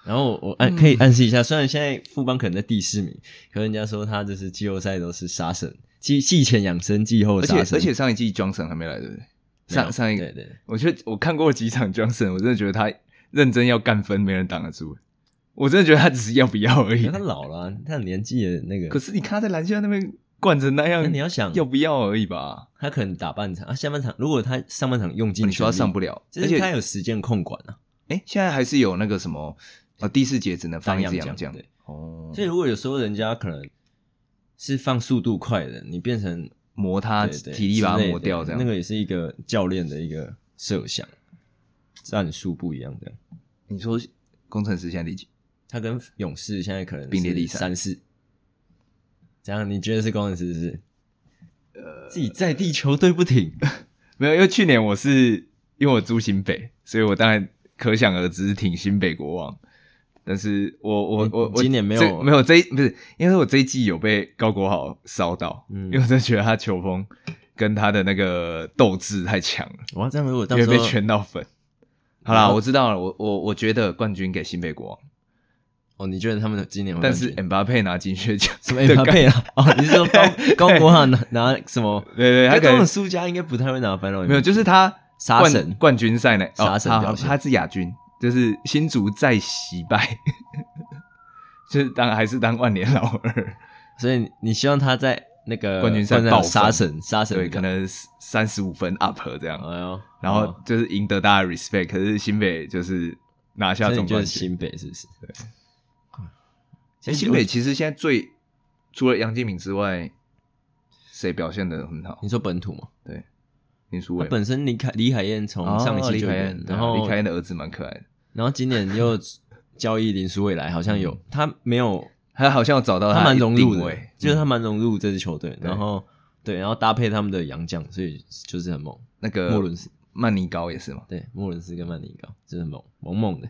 [SPEAKER 2] 然后我暗可以暗示一下，虽然现在富邦可能在第四名，可是人家说他就是季后赛都是杀神，季季前养生，季后
[SPEAKER 1] 而且
[SPEAKER 2] 杀神，
[SPEAKER 1] 而且上一季 Johnson 还没来，对不对？
[SPEAKER 2] 没有
[SPEAKER 1] 上上一
[SPEAKER 2] 对
[SPEAKER 1] 个，
[SPEAKER 2] 对对
[SPEAKER 1] 我觉得我看过几场 Johnson，我真的觉得他认真要干分，没人挡得住。我真的觉得他只是要不要而
[SPEAKER 2] 可
[SPEAKER 1] 已
[SPEAKER 2] 是他。老了啊、他年纪的那个，
[SPEAKER 1] 可是你看他在篮下那边灌成那
[SPEAKER 2] 那
[SPEAKER 1] 样，
[SPEAKER 2] 你要想，
[SPEAKER 1] 要不要而已吧？
[SPEAKER 2] 他可能打半场啊，下半场如果他上半场用尽全力，
[SPEAKER 1] 哦你说他上不了，
[SPEAKER 2] 就
[SPEAKER 1] 而
[SPEAKER 2] 是
[SPEAKER 1] 且
[SPEAKER 2] 他有时间控管啊。
[SPEAKER 1] 哎、现在还是有那个什么呃，第四节只能放一只
[SPEAKER 2] 放洋
[SPEAKER 1] 洋
[SPEAKER 2] 将
[SPEAKER 1] 将
[SPEAKER 2] 对
[SPEAKER 1] 哦，
[SPEAKER 2] 所以如果有时候人家可能是放速度快的，你变成
[SPEAKER 1] 磨他
[SPEAKER 2] 对对
[SPEAKER 1] 啊体力把
[SPEAKER 2] 之
[SPEAKER 1] 它
[SPEAKER 2] 类
[SPEAKER 1] 磨
[SPEAKER 2] 的
[SPEAKER 1] 掉，这样
[SPEAKER 2] 那个也是一个教练的一个设想，战术不一样这样。
[SPEAKER 1] 你说工程师现在第几？
[SPEAKER 2] 他跟勇士现在可能
[SPEAKER 1] 并列第三
[SPEAKER 2] 三四，怎样？你觉得是工程师是不是？呃，自己在地球队不 挺，
[SPEAKER 1] 没有，因为去年我是因为我住新北，所以我当然可想而知挺新北国王。但是我我
[SPEAKER 2] 你
[SPEAKER 1] 我我
[SPEAKER 2] 今年没有
[SPEAKER 1] 这没有这一不是，因为我这一季有被高国豪烧到，
[SPEAKER 2] 嗯
[SPEAKER 1] 因为我真的觉得他球风跟他的那个斗志太强了，
[SPEAKER 2] 哇，这样如果到
[SPEAKER 1] 因为
[SPEAKER 2] 时
[SPEAKER 1] 被
[SPEAKER 2] 候
[SPEAKER 1] 圈到粉。好啦，我知道了，我我我觉得冠军给新北国王，
[SPEAKER 2] 哦，你觉得他们今年会
[SPEAKER 1] 但
[SPEAKER 2] 冠
[SPEAKER 1] 是
[SPEAKER 2] 军
[SPEAKER 1] M 巴佩拿金靴奖
[SPEAKER 2] 什么 M
[SPEAKER 1] 对
[SPEAKER 2] 佩啊？哦，你是说高高国豪拿拿什么？
[SPEAKER 1] 对，他
[SPEAKER 2] 他
[SPEAKER 1] 可能
[SPEAKER 2] 种输家应该不太会拿 final MVP，
[SPEAKER 1] 没有，就是他
[SPEAKER 2] 杀
[SPEAKER 1] 冠
[SPEAKER 2] 神
[SPEAKER 1] 冠军赛呢，哦
[SPEAKER 2] 杀神
[SPEAKER 1] 他
[SPEAKER 2] 表现
[SPEAKER 1] 他是亚军，就是新竹再惜败， 就是当还是当万年老二，
[SPEAKER 2] 所以你希望他在那个
[SPEAKER 1] 冠军赛
[SPEAKER 2] 上
[SPEAKER 1] 爆分
[SPEAKER 2] 杀神杀神
[SPEAKER 1] 对，
[SPEAKER 2] 表
[SPEAKER 1] 可能三十五分 up 这样，
[SPEAKER 2] 哎呦，
[SPEAKER 1] 然后就是赢得大家的 respect，可是新北就是拿下
[SPEAKER 2] 所以
[SPEAKER 1] 总
[SPEAKER 2] 你觉
[SPEAKER 1] 冠
[SPEAKER 2] 得
[SPEAKER 1] 军。
[SPEAKER 2] 新北是不哎是？对，
[SPEAKER 1] 诶哎新北其实现在最除了杨敬敏之外，谁表现的很好？
[SPEAKER 2] 你说本土吗？
[SPEAKER 1] 林书
[SPEAKER 2] 他
[SPEAKER 1] 伟
[SPEAKER 2] 本身李凯李海燕从
[SPEAKER 1] 哦
[SPEAKER 2] 上一期
[SPEAKER 1] 李
[SPEAKER 2] 就
[SPEAKER 1] 凯
[SPEAKER 2] 有
[SPEAKER 1] 燕，，对
[SPEAKER 2] 然
[SPEAKER 1] 啊
[SPEAKER 2] 后
[SPEAKER 1] 李凯燕的儿子蛮可爱的，
[SPEAKER 2] 然后今年又交易林书未来，好像 有他没有，
[SPEAKER 1] 他好嗯呃像有找到
[SPEAKER 2] 他蛮融入
[SPEAKER 1] 定
[SPEAKER 2] 的
[SPEAKER 1] 位，
[SPEAKER 2] 就是他
[SPEAKER 1] 嗯
[SPEAKER 2] 蛮融入这支球队，然后对，然后搭配他们的洋将，所以就是很猛。
[SPEAKER 1] 那个
[SPEAKER 2] 莫伦斯
[SPEAKER 1] 曼尼高也是嘛，
[SPEAKER 2] 对，莫伦斯跟曼尼高真的猛猛猛的。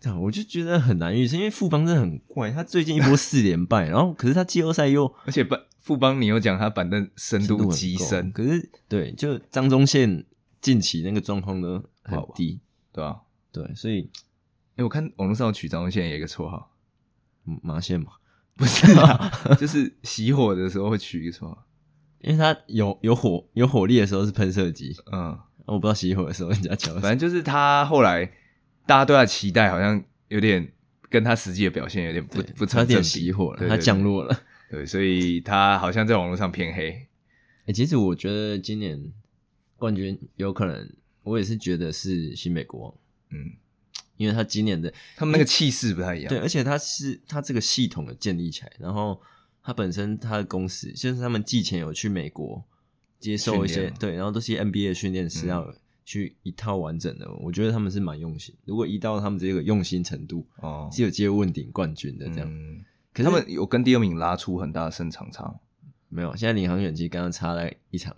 [SPEAKER 2] 这样我就觉得很难预测，因为富邦真的很怪，他最近一波四连败，然后可是他季后赛 又
[SPEAKER 1] 而且本富邦，你又讲他板凳深
[SPEAKER 2] 深度很
[SPEAKER 1] 度极
[SPEAKER 2] 够
[SPEAKER 1] 深，
[SPEAKER 2] 可是对，就张宗宪近期那个状况都很
[SPEAKER 1] 好吧
[SPEAKER 2] 低，
[SPEAKER 1] 对吧、
[SPEAKER 2] 对，所以
[SPEAKER 1] 哎、我看网络上有曲张现在有一个绰号，
[SPEAKER 2] 嗯马宪嘛，
[SPEAKER 1] 不是 啦，就是熄火的时候会取一个绰号。
[SPEAKER 2] 因为他有有火有火力的时候是喷射机，
[SPEAKER 1] 嗯，
[SPEAKER 2] 我不知道熄火的时候人家叫
[SPEAKER 1] 反正就是他后来大家对他的期待好像有点跟他实际的表现有点不不
[SPEAKER 2] 差
[SPEAKER 1] 成
[SPEAKER 2] 点
[SPEAKER 1] 正
[SPEAKER 2] 熄
[SPEAKER 1] 比。
[SPEAKER 2] 火了，
[SPEAKER 1] 对
[SPEAKER 2] 他
[SPEAKER 1] 对
[SPEAKER 2] 降落了。
[SPEAKER 1] 对，所以他好像在网络上偏黑。
[SPEAKER 2] 哎、其实我觉得今年冠军有可能，我也是觉得是新美国王，
[SPEAKER 1] 嗯，
[SPEAKER 2] 因为他今年的
[SPEAKER 1] 他们那个气势不太一样。
[SPEAKER 2] 对，而且他是他这个系统的建立起来，然后他本身他的公司，就是他们季前有去美国接受一
[SPEAKER 1] 训
[SPEAKER 2] 些
[SPEAKER 1] 练嘛
[SPEAKER 2] 对，然后都是一些 NBA 的训练师
[SPEAKER 1] 嗯
[SPEAKER 2] 要去一套完整的，我觉得他们是蛮用心。如果依到他们这个用心程度，
[SPEAKER 1] 哦，
[SPEAKER 2] 是有机会问鼎冠军的这样。
[SPEAKER 1] 嗯
[SPEAKER 2] 可是
[SPEAKER 1] 他们有跟第二名拉出很大的胜场差吗。
[SPEAKER 2] 没有，现在领航员其实刚刚差了一场，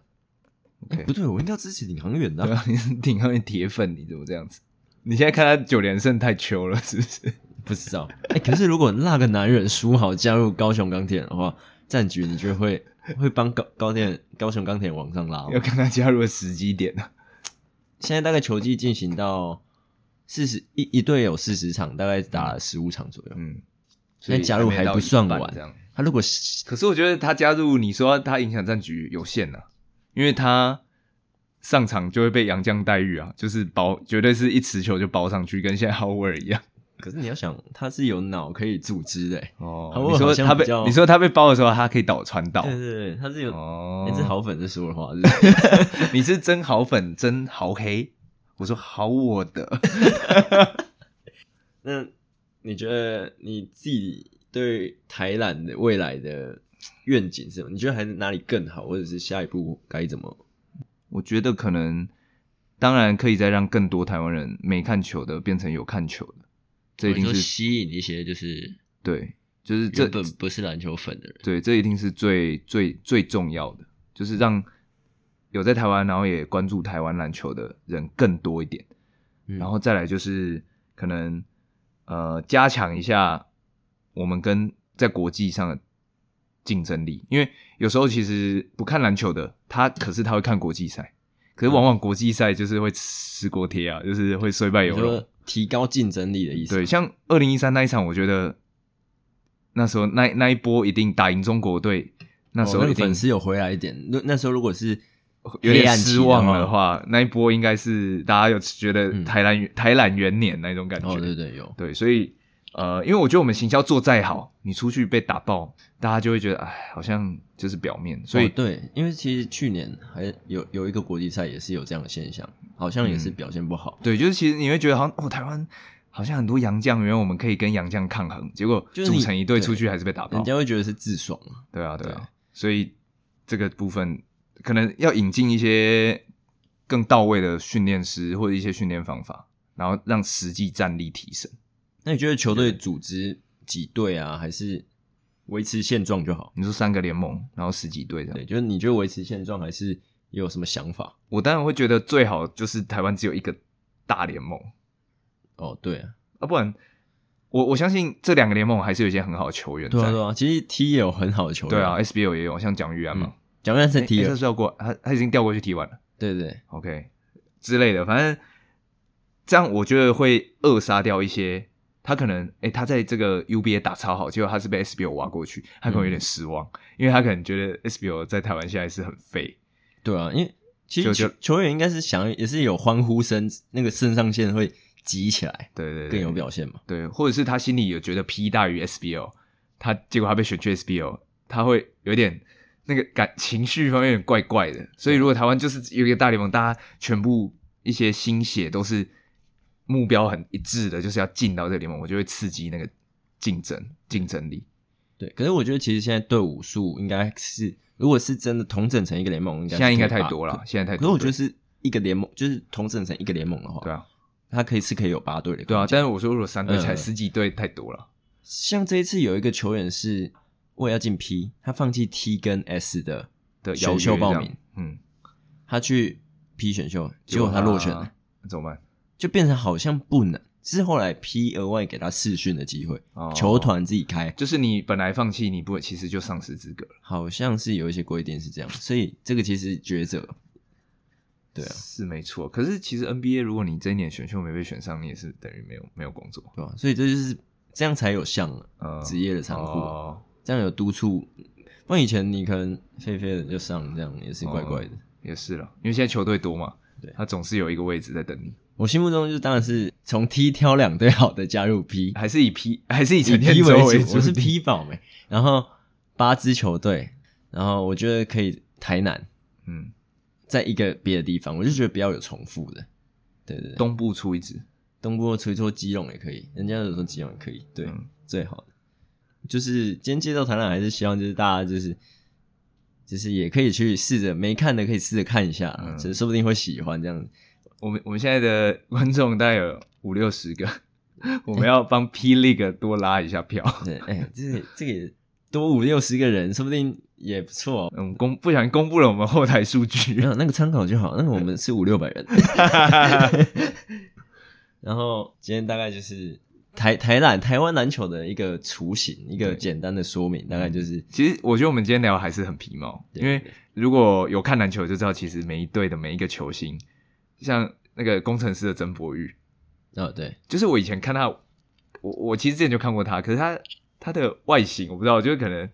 [SPEAKER 2] 哎
[SPEAKER 1] OK，
[SPEAKER 2] 不对，我应该要支持领航员的
[SPEAKER 1] 对
[SPEAKER 2] 啊、
[SPEAKER 1] 啊，你是挺上面铁粉，你怎么这样子？你现在看他九连胜太糗了， 是不 是？
[SPEAKER 2] 不知道。哎、可是如果那个男人输好加入高雄钢铁人的话，战局你觉得会会帮高高铁高雄钢铁人往上拉吗
[SPEAKER 1] 要？看他加入的时机点啊呢、
[SPEAKER 2] 现在大概球季进行到四十一一队有四十场，大概打了十五场左右。
[SPEAKER 1] 嗯，
[SPEAKER 2] 那加入还不算晚
[SPEAKER 1] 所以还没到一半这样。
[SPEAKER 2] 他如果
[SPEAKER 1] 可是我觉得他加入，你说他影响战局有限呐、因为他上场就会被杨绛待遇啊，就是包绝对是一持球就包上去，跟现在 Howard 一样。
[SPEAKER 2] 可是你要想，他是有脑可以组织的欸，
[SPEAKER 1] 哦
[SPEAKER 2] 他，会
[SPEAKER 1] 你
[SPEAKER 2] 好
[SPEAKER 1] 说
[SPEAKER 2] 像
[SPEAKER 1] 他
[SPEAKER 2] 比
[SPEAKER 1] 被
[SPEAKER 2] 较
[SPEAKER 1] 你说他被包的时候，他可以倒传导
[SPEAKER 2] 对。对对，他是有。
[SPEAKER 1] 哦
[SPEAKER 2] 哎，，这好粉是说的话，是不 是
[SPEAKER 1] 你是真好粉，真好黑。我说好我的，
[SPEAKER 2] 那你觉得你自己对台南的未来的愿景是什么？你觉得还是哪里更好，或者是下一步该怎么？
[SPEAKER 1] 我觉得可能当然可以再让更多台湾人没看球的变成有看球的，这一定
[SPEAKER 3] 就是吸引一些就是
[SPEAKER 1] 对，就是这
[SPEAKER 3] 原本不是篮球粉的人。
[SPEAKER 1] 对，这一定是最最最重要的，就是让有在台湾，然后也关注台湾篮球的人更多一点。
[SPEAKER 3] 嗯
[SPEAKER 1] 然后再来就是可能呃加强一下我们跟在国际上的竞争力，因为有时候其实不看篮球的他，可是他会看国际赛，可是
[SPEAKER 2] 嗯
[SPEAKER 1] 往往国际赛就是会吃锅贴啊，就是会虽败
[SPEAKER 2] 你
[SPEAKER 1] 犹荣。
[SPEAKER 2] 说提高竞争力的意思？
[SPEAKER 1] 对，，像二零一三那一场，我觉得那时候那那一波一定打赢中国队，那时
[SPEAKER 2] 哦
[SPEAKER 1] 候
[SPEAKER 2] 个
[SPEAKER 1] 一定
[SPEAKER 2] 粉丝有回来一点。那那时候如果是
[SPEAKER 1] 有
[SPEAKER 2] 黑
[SPEAKER 1] 点
[SPEAKER 2] 暗期
[SPEAKER 1] 失望
[SPEAKER 2] 话
[SPEAKER 1] 的，话，那一波应该是大家有觉得
[SPEAKER 2] 嗯
[SPEAKER 1] 台南、台南元年那种感觉。
[SPEAKER 2] 哦对对有，
[SPEAKER 1] 对，所以呃，因为我觉得我们行销做再好，你出去被打爆，大家就会觉得哎，好像就是表面。所以、
[SPEAKER 2] 哦对，因为其实去年还有有一个国际赛也是有这样的现象，好像也是
[SPEAKER 1] 嗯
[SPEAKER 2] 表现不好。
[SPEAKER 1] 对，就是其实你会觉得好像哦，台湾好像很多洋将，原来我们可以跟洋将抗衡，结果
[SPEAKER 2] 就是你
[SPEAKER 1] 组成一队
[SPEAKER 2] 对
[SPEAKER 1] 出去还是被打爆
[SPEAKER 2] 人。家会觉得是自爽啊，
[SPEAKER 1] 对啊，对啊，
[SPEAKER 2] 对
[SPEAKER 1] 所以这个部分可能要引进一些更到位的训练师或者一些训练方法，然后让实际战力提升。
[SPEAKER 2] 那你觉得球队组织几队啊，还是维持现状就好？
[SPEAKER 1] 你说三个联盟，然后十几队这样
[SPEAKER 2] 对，，就是你觉得维持现状还是有什么想法？
[SPEAKER 1] 我当然会觉得最好就是台湾只有一个大联盟，
[SPEAKER 2] 哦，对啊，
[SPEAKER 1] 啊，不然我我相信这两个联盟还是有一些很好的球员在。
[SPEAKER 2] 对啊，对啊，其实 T 也有很好的球员，
[SPEAKER 1] 对啊，SBL 也有，像蒋玉安嘛，
[SPEAKER 2] 蒋万
[SPEAKER 1] 这
[SPEAKER 2] 是 T
[SPEAKER 1] 他
[SPEAKER 2] 嗯了，
[SPEAKER 1] 是要过，他他已经调过去踢完了。
[SPEAKER 2] 对对
[SPEAKER 1] OK 之类的，反正这样我觉得会扼杀掉一些他可能诶、他在这个 UBA 打超好，结果他是被 SBO 挖过去，他可能有
[SPEAKER 2] 嗯
[SPEAKER 1] 点失望，因为他可能觉得 SBO 在台湾现在是很废，
[SPEAKER 2] 对啊，因为其实
[SPEAKER 1] 就
[SPEAKER 2] 球球员应该是想也是有欢呼声，那个肾上腺会激起来，
[SPEAKER 1] 对对对，
[SPEAKER 2] 更有表现嘛。
[SPEAKER 1] 对，或者是他心里有觉得 P 大于 SBO，他结果他被选去 SBO，他会有点那个感情绪方面有点怪怪的。所以如果台湾就是有一个大联盟，大家全部一些心血都是目标很一致的，就是要进到这个联盟，我就会刺激那个竞争竞争力。
[SPEAKER 2] 对，可是我觉得其实现在队伍数应该是，如果是真的同整成一个联盟，应该
[SPEAKER 1] 现
[SPEAKER 2] 是
[SPEAKER 1] 在应该
[SPEAKER 2] 可以
[SPEAKER 1] 太
[SPEAKER 2] 把
[SPEAKER 1] 多了，。现在太
[SPEAKER 2] 可
[SPEAKER 1] 多
[SPEAKER 2] 可是我觉
[SPEAKER 1] 队了。
[SPEAKER 2] 得是一个联盟，就是同整成一个联盟的话，
[SPEAKER 1] 对啊，
[SPEAKER 2] 它可以是可以有八队的。
[SPEAKER 1] 对啊，但是我说如果三队才
[SPEAKER 2] 嗯
[SPEAKER 1] 十几队太多了，
[SPEAKER 2] 像这一次有一个球员是为了要进 P，他放弃 T 跟 S 的
[SPEAKER 1] 的
[SPEAKER 2] 选
[SPEAKER 1] 要
[SPEAKER 2] 秀
[SPEAKER 1] 求
[SPEAKER 2] 报名，
[SPEAKER 1] 嗯，啊
[SPEAKER 2] 他去 P 选秀，结果他落选了，，
[SPEAKER 1] 怎么办？
[SPEAKER 2] 就变成好像不能。是后来 P 额外给他试训的机会，
[SPEAKER 1] 哦
[SPEAKER 2] 球团自己开，
[SPEAKER 1] 就是你本来放弃，你不其实就丧失资格了。
[SPEAKER 2] 好像是有一些规定是这样，所以这个其实抉择。对啊，
[SPEAKER 1] 是没错。可是其实 NBA，如果你这一年选秀没被选上，你也是等于没有没有工作。
[SPEAKER 2] 对啊，所以这就是这样才有像啊
[SPEAKER 1] 呃，
[SPEAKER 2] 职业的残酷，啊
[SPEAKER 1] 哦
[SPEAKER 2] 这样有督促。不然以前你可能飞飞的就上，这样也是怪怪的。
[SPEAKER 1] 也是了，因为现在球队多嘛，
[SPEAKER 2] 对
[SPEAKER 1] 他总是有一个位置在等你，
[SPEAKER 2] 我心目中就当然是从 T 挑两队好的加入 P，
[SPEAKER 1] 还是以 P 还是以
[SPEAKER 2] 以
[SPEAKER 1] 陈建
[SPEAKER 2] P
[SPEAKER 1] 州
[SPEAKER 2] 为
[SPEAKER 1] 主，
[SPEAKER 2] 主，我是 P 宝没。然后八支球队，然后我觉得可以台南
[SPEAKER 1] 嗯，
[SPEAKER 2] 在一个别的地方，我就觉得不要有重复的。对对对，
[SPEAKER 1] 东部出一支，
[SPEAKER 2] 东部吹错基隆也可以，人家有说基隆也可以，对，
[SPEAKER 1] 嗯
[SPEAKER 2] 最好的。就是今天介绍台南，还是希望就是大家就是就是也可以去试着没看的可以试着看一下，
[SPEAKER 1] 嗯
[SPEAKER 2] 只是说不定会喜欢这样子。
[SPEAKER 1] 我们我们现在的观众大概有五六十个，我们要帮 P League 多拉一下票。
[SPEAKER 2] 对，哎、这个这个也多五六十个人，说不定也不错哦。
[SPEAKER 1] 嗯，公不小心公布了我们后台数
[SPEAKER 2] 没
[SPEAKER 1] 据，
[SPEAKER 2] 有那个参考就好，那个我们是五六 百人。然后今天大概就是台台篮台湾篮球的一个雏形，一个
[SPEAKER 1] 对
[SPEAKER 2] 简单的说明，大概就是
[SPEAKER 1] 其实我觉得我们今天聊还是很皮毛，
[SPEAKER 2] 对
[SPEAKER 1] 因为如果有看篮球就知道，其实每一队的每一个球星，像那个工程师的曾博玉，嗯
[SPEAKER 2] 哦对，
[SPEAKER 1] 就是我以前看他，我我其实之前就看过他，可是他他的外形我不知道，就是可能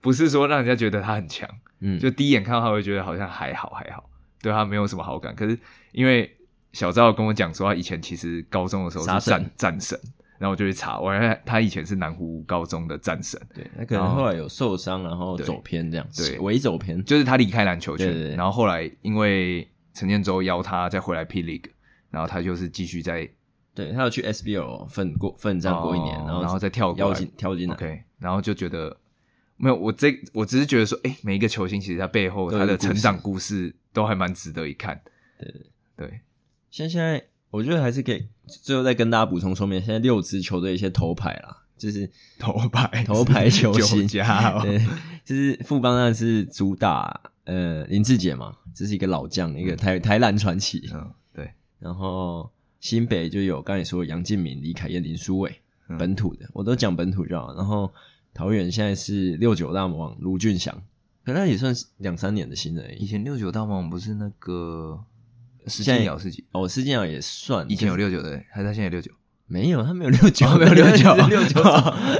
[SPEAKER 1] 不是说让人家觉得他很强，
[SPEAKER 2] 嗯，
[SPEAKER 1] 就第一眼看到他会觉得好像还好还好，对他没有什么好感。可是因为小赵跟我讲说，他以前其实高中的时候
[SPEAKER 2] 杀
[SPEAKER 1] 是
[SPEAKER 2] 神
[SPEAKER 1] 战战神，然后我就去查，我原来他以前是南湖高中的战神，
[SPEAKER 2] 对，他可能后来有受伤，然后走偏这样，
[SPEAKER 1] 对
[SPEAKER 2] 伪走偏，
[SPEAKER 1] 就是他离开篮球圈，
[SPEAKER 2] 对对对
[SPEAKER 1] 然后后来因为陈建州邀他再回来 P League，然后他就是继续在
[SPEAKER 2] 对他有去 SBO 奋过奋战过一年，
[SPEAKER 1] 哦
[SPEAKER 2] 然后
[SPEAKER 1] 然后再跳过
[SPEAKER 2] 邀
[SPEAKER 1] 来
[SPEAKER 2] 进跳进来，
[SPEAKER 1] OK，然后就觉得没有我这我只是觉得说，哎、每一个球星其实他背后
[SPEAKER 2] 都有
[SPEAKER 1] 他的
[SPEAKER 2] 故事
[SPEAKER 1] 成长故事都还蛮值得一看。对对
[SPEAKER 2] 像现在，我觉得还是可以最后再跟大家补充说明，现在六支球队一些头牌啦，就是
[SPEAKER 1] 头 牌
[SPEAKER 2] 头牌球星
[SPEAKER 1] 酒家哦
[SPEAKER 2] 对， 就是富邦当然是主打呃林志杰嘛，这是一个老将，一个台台篮传奇。
[SPEAKER 1] 嗯，对，
[SPEAKER 2] 然后新北就有刚才说杨敬敏、李凯燕、林书伟，
[SPEAKER 1] 嗯
[SPEAKER 2] 本土的，我都讲本土就好。然后桃园现在是六九大魔王卢俊祥，可那也算是两三年的新人而
[SPEAKER 1] 以
[SPEAKER 2] 已。
[SPEAKER 1] 前六九大王不是那个石
[SPEAKER 2] 现在
[SPEAKER 1] 敬尧是几？
[SPEAKER 2] 哦，施建尧也算，
[SPEAKER 1] 以前有
[SPEAKER 2] 就是
[SPEAKER 1] 六九的，还是他现在有六九？
[SPEAKER 2] 没有？他没有六九，
[SPEAKER 1] 哦没有69
[SPEAKER 2] 六九。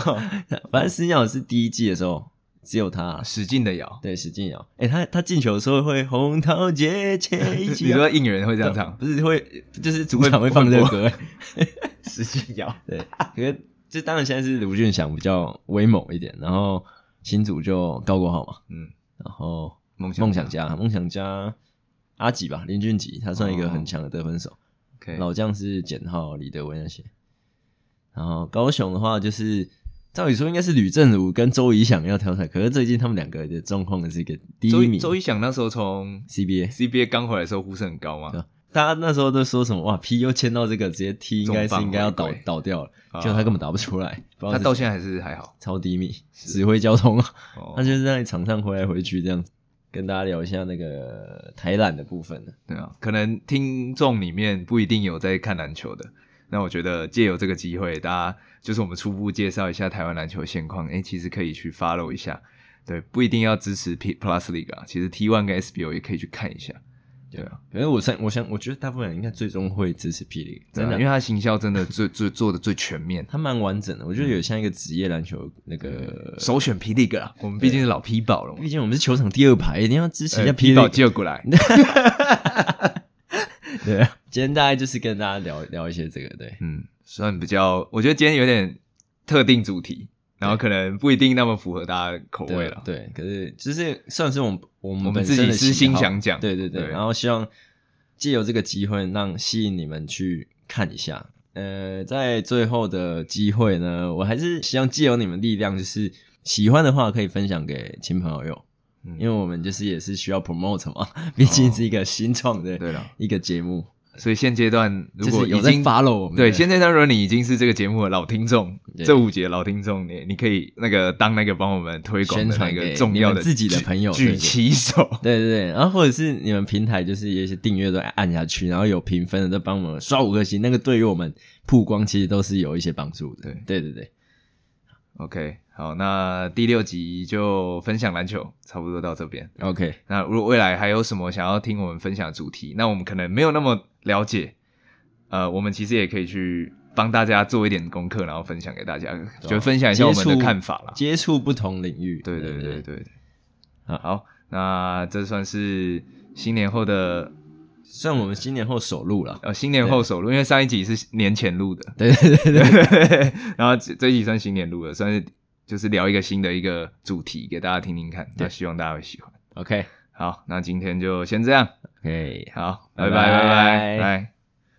[SPEAKER 2] 反正施建尧是第一季的时候只有他啦，
[SPEAKER 1] 史进的尧，
[SPEAKER 2] 对史建啊尧。哎，他他进球的时候会红桃姐姐一起
[SPEAKER 1] 你
[SPEAKER 2] 摇。
[SPEAKER 1] 说应援会这样 唱？
[SPEAKER 2] 不是会，就是主场会放这个歌、
[SPEAKER 1] 石进尧，
[SPEAKER 2] 对，可是这当然现在是卢俊祥比较威猛一点，然后新组就高国浩嘛，
[SPEAKER 1] 嗯，
[SPEAKER 2] 然后
[SPEAKER 1] 梦想
[SPEAKER 2] 梦想家，梦想家阿吉吧，林俊吉，他算一个
[SPEAKER 1] 哦
[SPEAKER 2] 很强的得分手。
[SPEAKER 1] ，OK，
[SPEAKER 2] 老将是简浩、李德威那些。然后高雄的话，就是照理说应该是吕正如跟周怡翔要挑出来，可是最近他们两个的状况是一个第
[SPEAKER 1] 周
[SPEAKER 2] 一名
[SPEAKER 1] 一周一响那时候从
[SPEAKER 2] CBA。
[SPEAKER 1] CBA 刚回来的时候呼声很高嘛
[SPEAKER 2] 对，啊大家那时候都说什么哇，P 又签到这个，直接 T 应该是
[SPEAKER 1] 重磅
[SPEAKER 2] 应该要
[SPEAKER 1] 回
[SPEAKER 2] 倒
[SPEAKER 1] 归
[SPEAKER 2] 倒掉了，
[SPEAKER 1] 啊
[SPEAKER 2] 结果他根本打不出来。不知道
[SPEAKER 1] 他
[SPEAKER 2] 是
[SPEAKER 1] 到现在还是还好。
[SPEAKER 2] 超低迷，指挥交通啊，
[SPEAKER 1] 哦
[SPEAKER 2] 他就是在场上回来回去这样子。跟大家聊一下那个台篮的部分呢，
[SPEAKER 1] 对啊，可能听众里面不一定有在看篮球的，那我觉得借由这个机会，大家就是我们初步介绍一下台湾篮球现况，诶，其实可以去 follow 一下，对，不一定要支持 P Plus League 啊，其实 T One 跟 SBO 也可以去看一下，对啊，
[SPEAKER 2] 可是我想，我想，我觉得大部分人应该最终会支持霹雳，
[SPEAKER 1] 对
[SPEAKER 2] 真
[SPEAKER 1] 啊，
[SPEAKER 2] 的，
[SPEAKER 1] 因为他行销真的 最最做的最全面，
[SPEAKER 2] 他蛮完整的。我觉得有像一个职业篮球那个，
[SPEAKER 1] 首选 P League 啊，我们毕竟是老 P 宝了嘛
[SPEAKER 2] 嗯毕，竟我们是球场第二排，一定要支持一下
[SPEAKER 1] 呃
[SPEAKER 2] 霹
[SPEAKER 1] P 宝
[SPEAKER 2] 雳。
[SPEAKER 1] 借过来，
[SPEAKER 2] 对啊，今天大概就是跟大家聊聊一些这个，对，
[SPEAKER 1] 嗯，算比较，我觉得今天有点特定主题，然后可能不一定那么符合大家的口味
[SPEAKER 2] 对啊
[SPEAKER 1] 了，
[SPEAKER 2] 对。可是就是算是我们我
[SPEAKER 1] 我
[SPEAKER 2] 们
[SPEAKER 1] 们
[SPEAKER 2] 本身的
[SPEAKER 1] 自己私
[SPEAKER 2] 喜好
[SPEAKER 1] 心想讲
[SPEAKER 2] 对对对。
[SPEAKER 1] 对
[SPEAKER 2] 然后希望借由这个机会，让吸引你们去看一下。呃，在最后的机会呢，我还是希望借由你们力量，就是喜欢的话可以分享给亲朋好友，
[SPEAKER 1] 嗯哦
[SPEAKER 2] 因为我们就是也是需要 promote 嘛， 毕竟是一个新创的
[SPEAKER 1] 对了。
[SPEAKER 2] 一个节目，
[SPEAKER 1] 所以现阶段如
[SPEAKER 2] 就
[SPEAKER 1] 果
[SPEAKER 2] 是有
[SPEAKER 1] 已
[SPEAKER 2] 在
[SPEAKER 1] 经
[SPEAKER 2] follow 我们的
[SPEAKER 1] 对现阶段如果你已经是这个节目的老听众，
[SPEAKER 2] 对
[SPEAKER 1] 这五节老听众，你你可以那个当那个帮我们推广
[SPEAKER 2] 宣
[SPEAKER 1] 的那
[SPEAKER 2] 传
[SPEAKER 1] 个
[SPEAKER 2] 给
[SPEAKER 1] 重要
[SPEAKER 2] 你
[SPEAKER 1] 的
[SPEAKER 2] 们自己的
[SPEAKER 1] 举
[SPEAKER 2] 朋友对
[SPEAKER 1] 举
[SPEAKER 2] 对
[SPEAKER 1] 旗手，
[SPEAKER 2] 对对对，然后或者是你们平台就是有一些订阅都按下去，然后有评分的都帮我们刷五颗星，那个对于我们曝光其实都是有一些帮助的。对对对
[SPEAKER 1] OK，好，那第六集就分享篮球，差不多到这边。
[SPEAKER 2] ，OK，
[SPEAKER 1] 那如果未来还有什么想要听我们分享的主题，那我们可能没有那么了解，呃，我们其实也可以去帮大家做一点功课，然后分享给大家，就分享一下我们的
[SPEAKER 2] 接触
[SPEAKER 1] 看法啦。
[SPEAKER 2] 啊接触不同领域，
[SPEAKER 1] 对对对对，
[SPEAKER 2] 好
[SPEAKER 1] 好，那这算是新年后的
[SPEAKER 2] 算我们新年后首录了。
[SPEAKER 1] 呃新年后首录，因为上一集是年前录的，
[SPEAKER 2] 对对 对对，
[SPEAKER 1] 然后这这一集算新年录的，算是就是聊一个新的一个主题给大家听听看，那
[SPEAKER 2] 对
[SPEAKER 1] 希望大家会喜欢。
[SPEAKER 2] OK
[SPEAKER 1] 好，那今天就先这样，
[SPEAKER 2] OK，
[SPEAKER 1] 好，
[SPEAKER 2] 拜
[SPEAKER 1] 拜拜
[SPEAKER 2] 拜
[SPEAKER 1] 拜。拜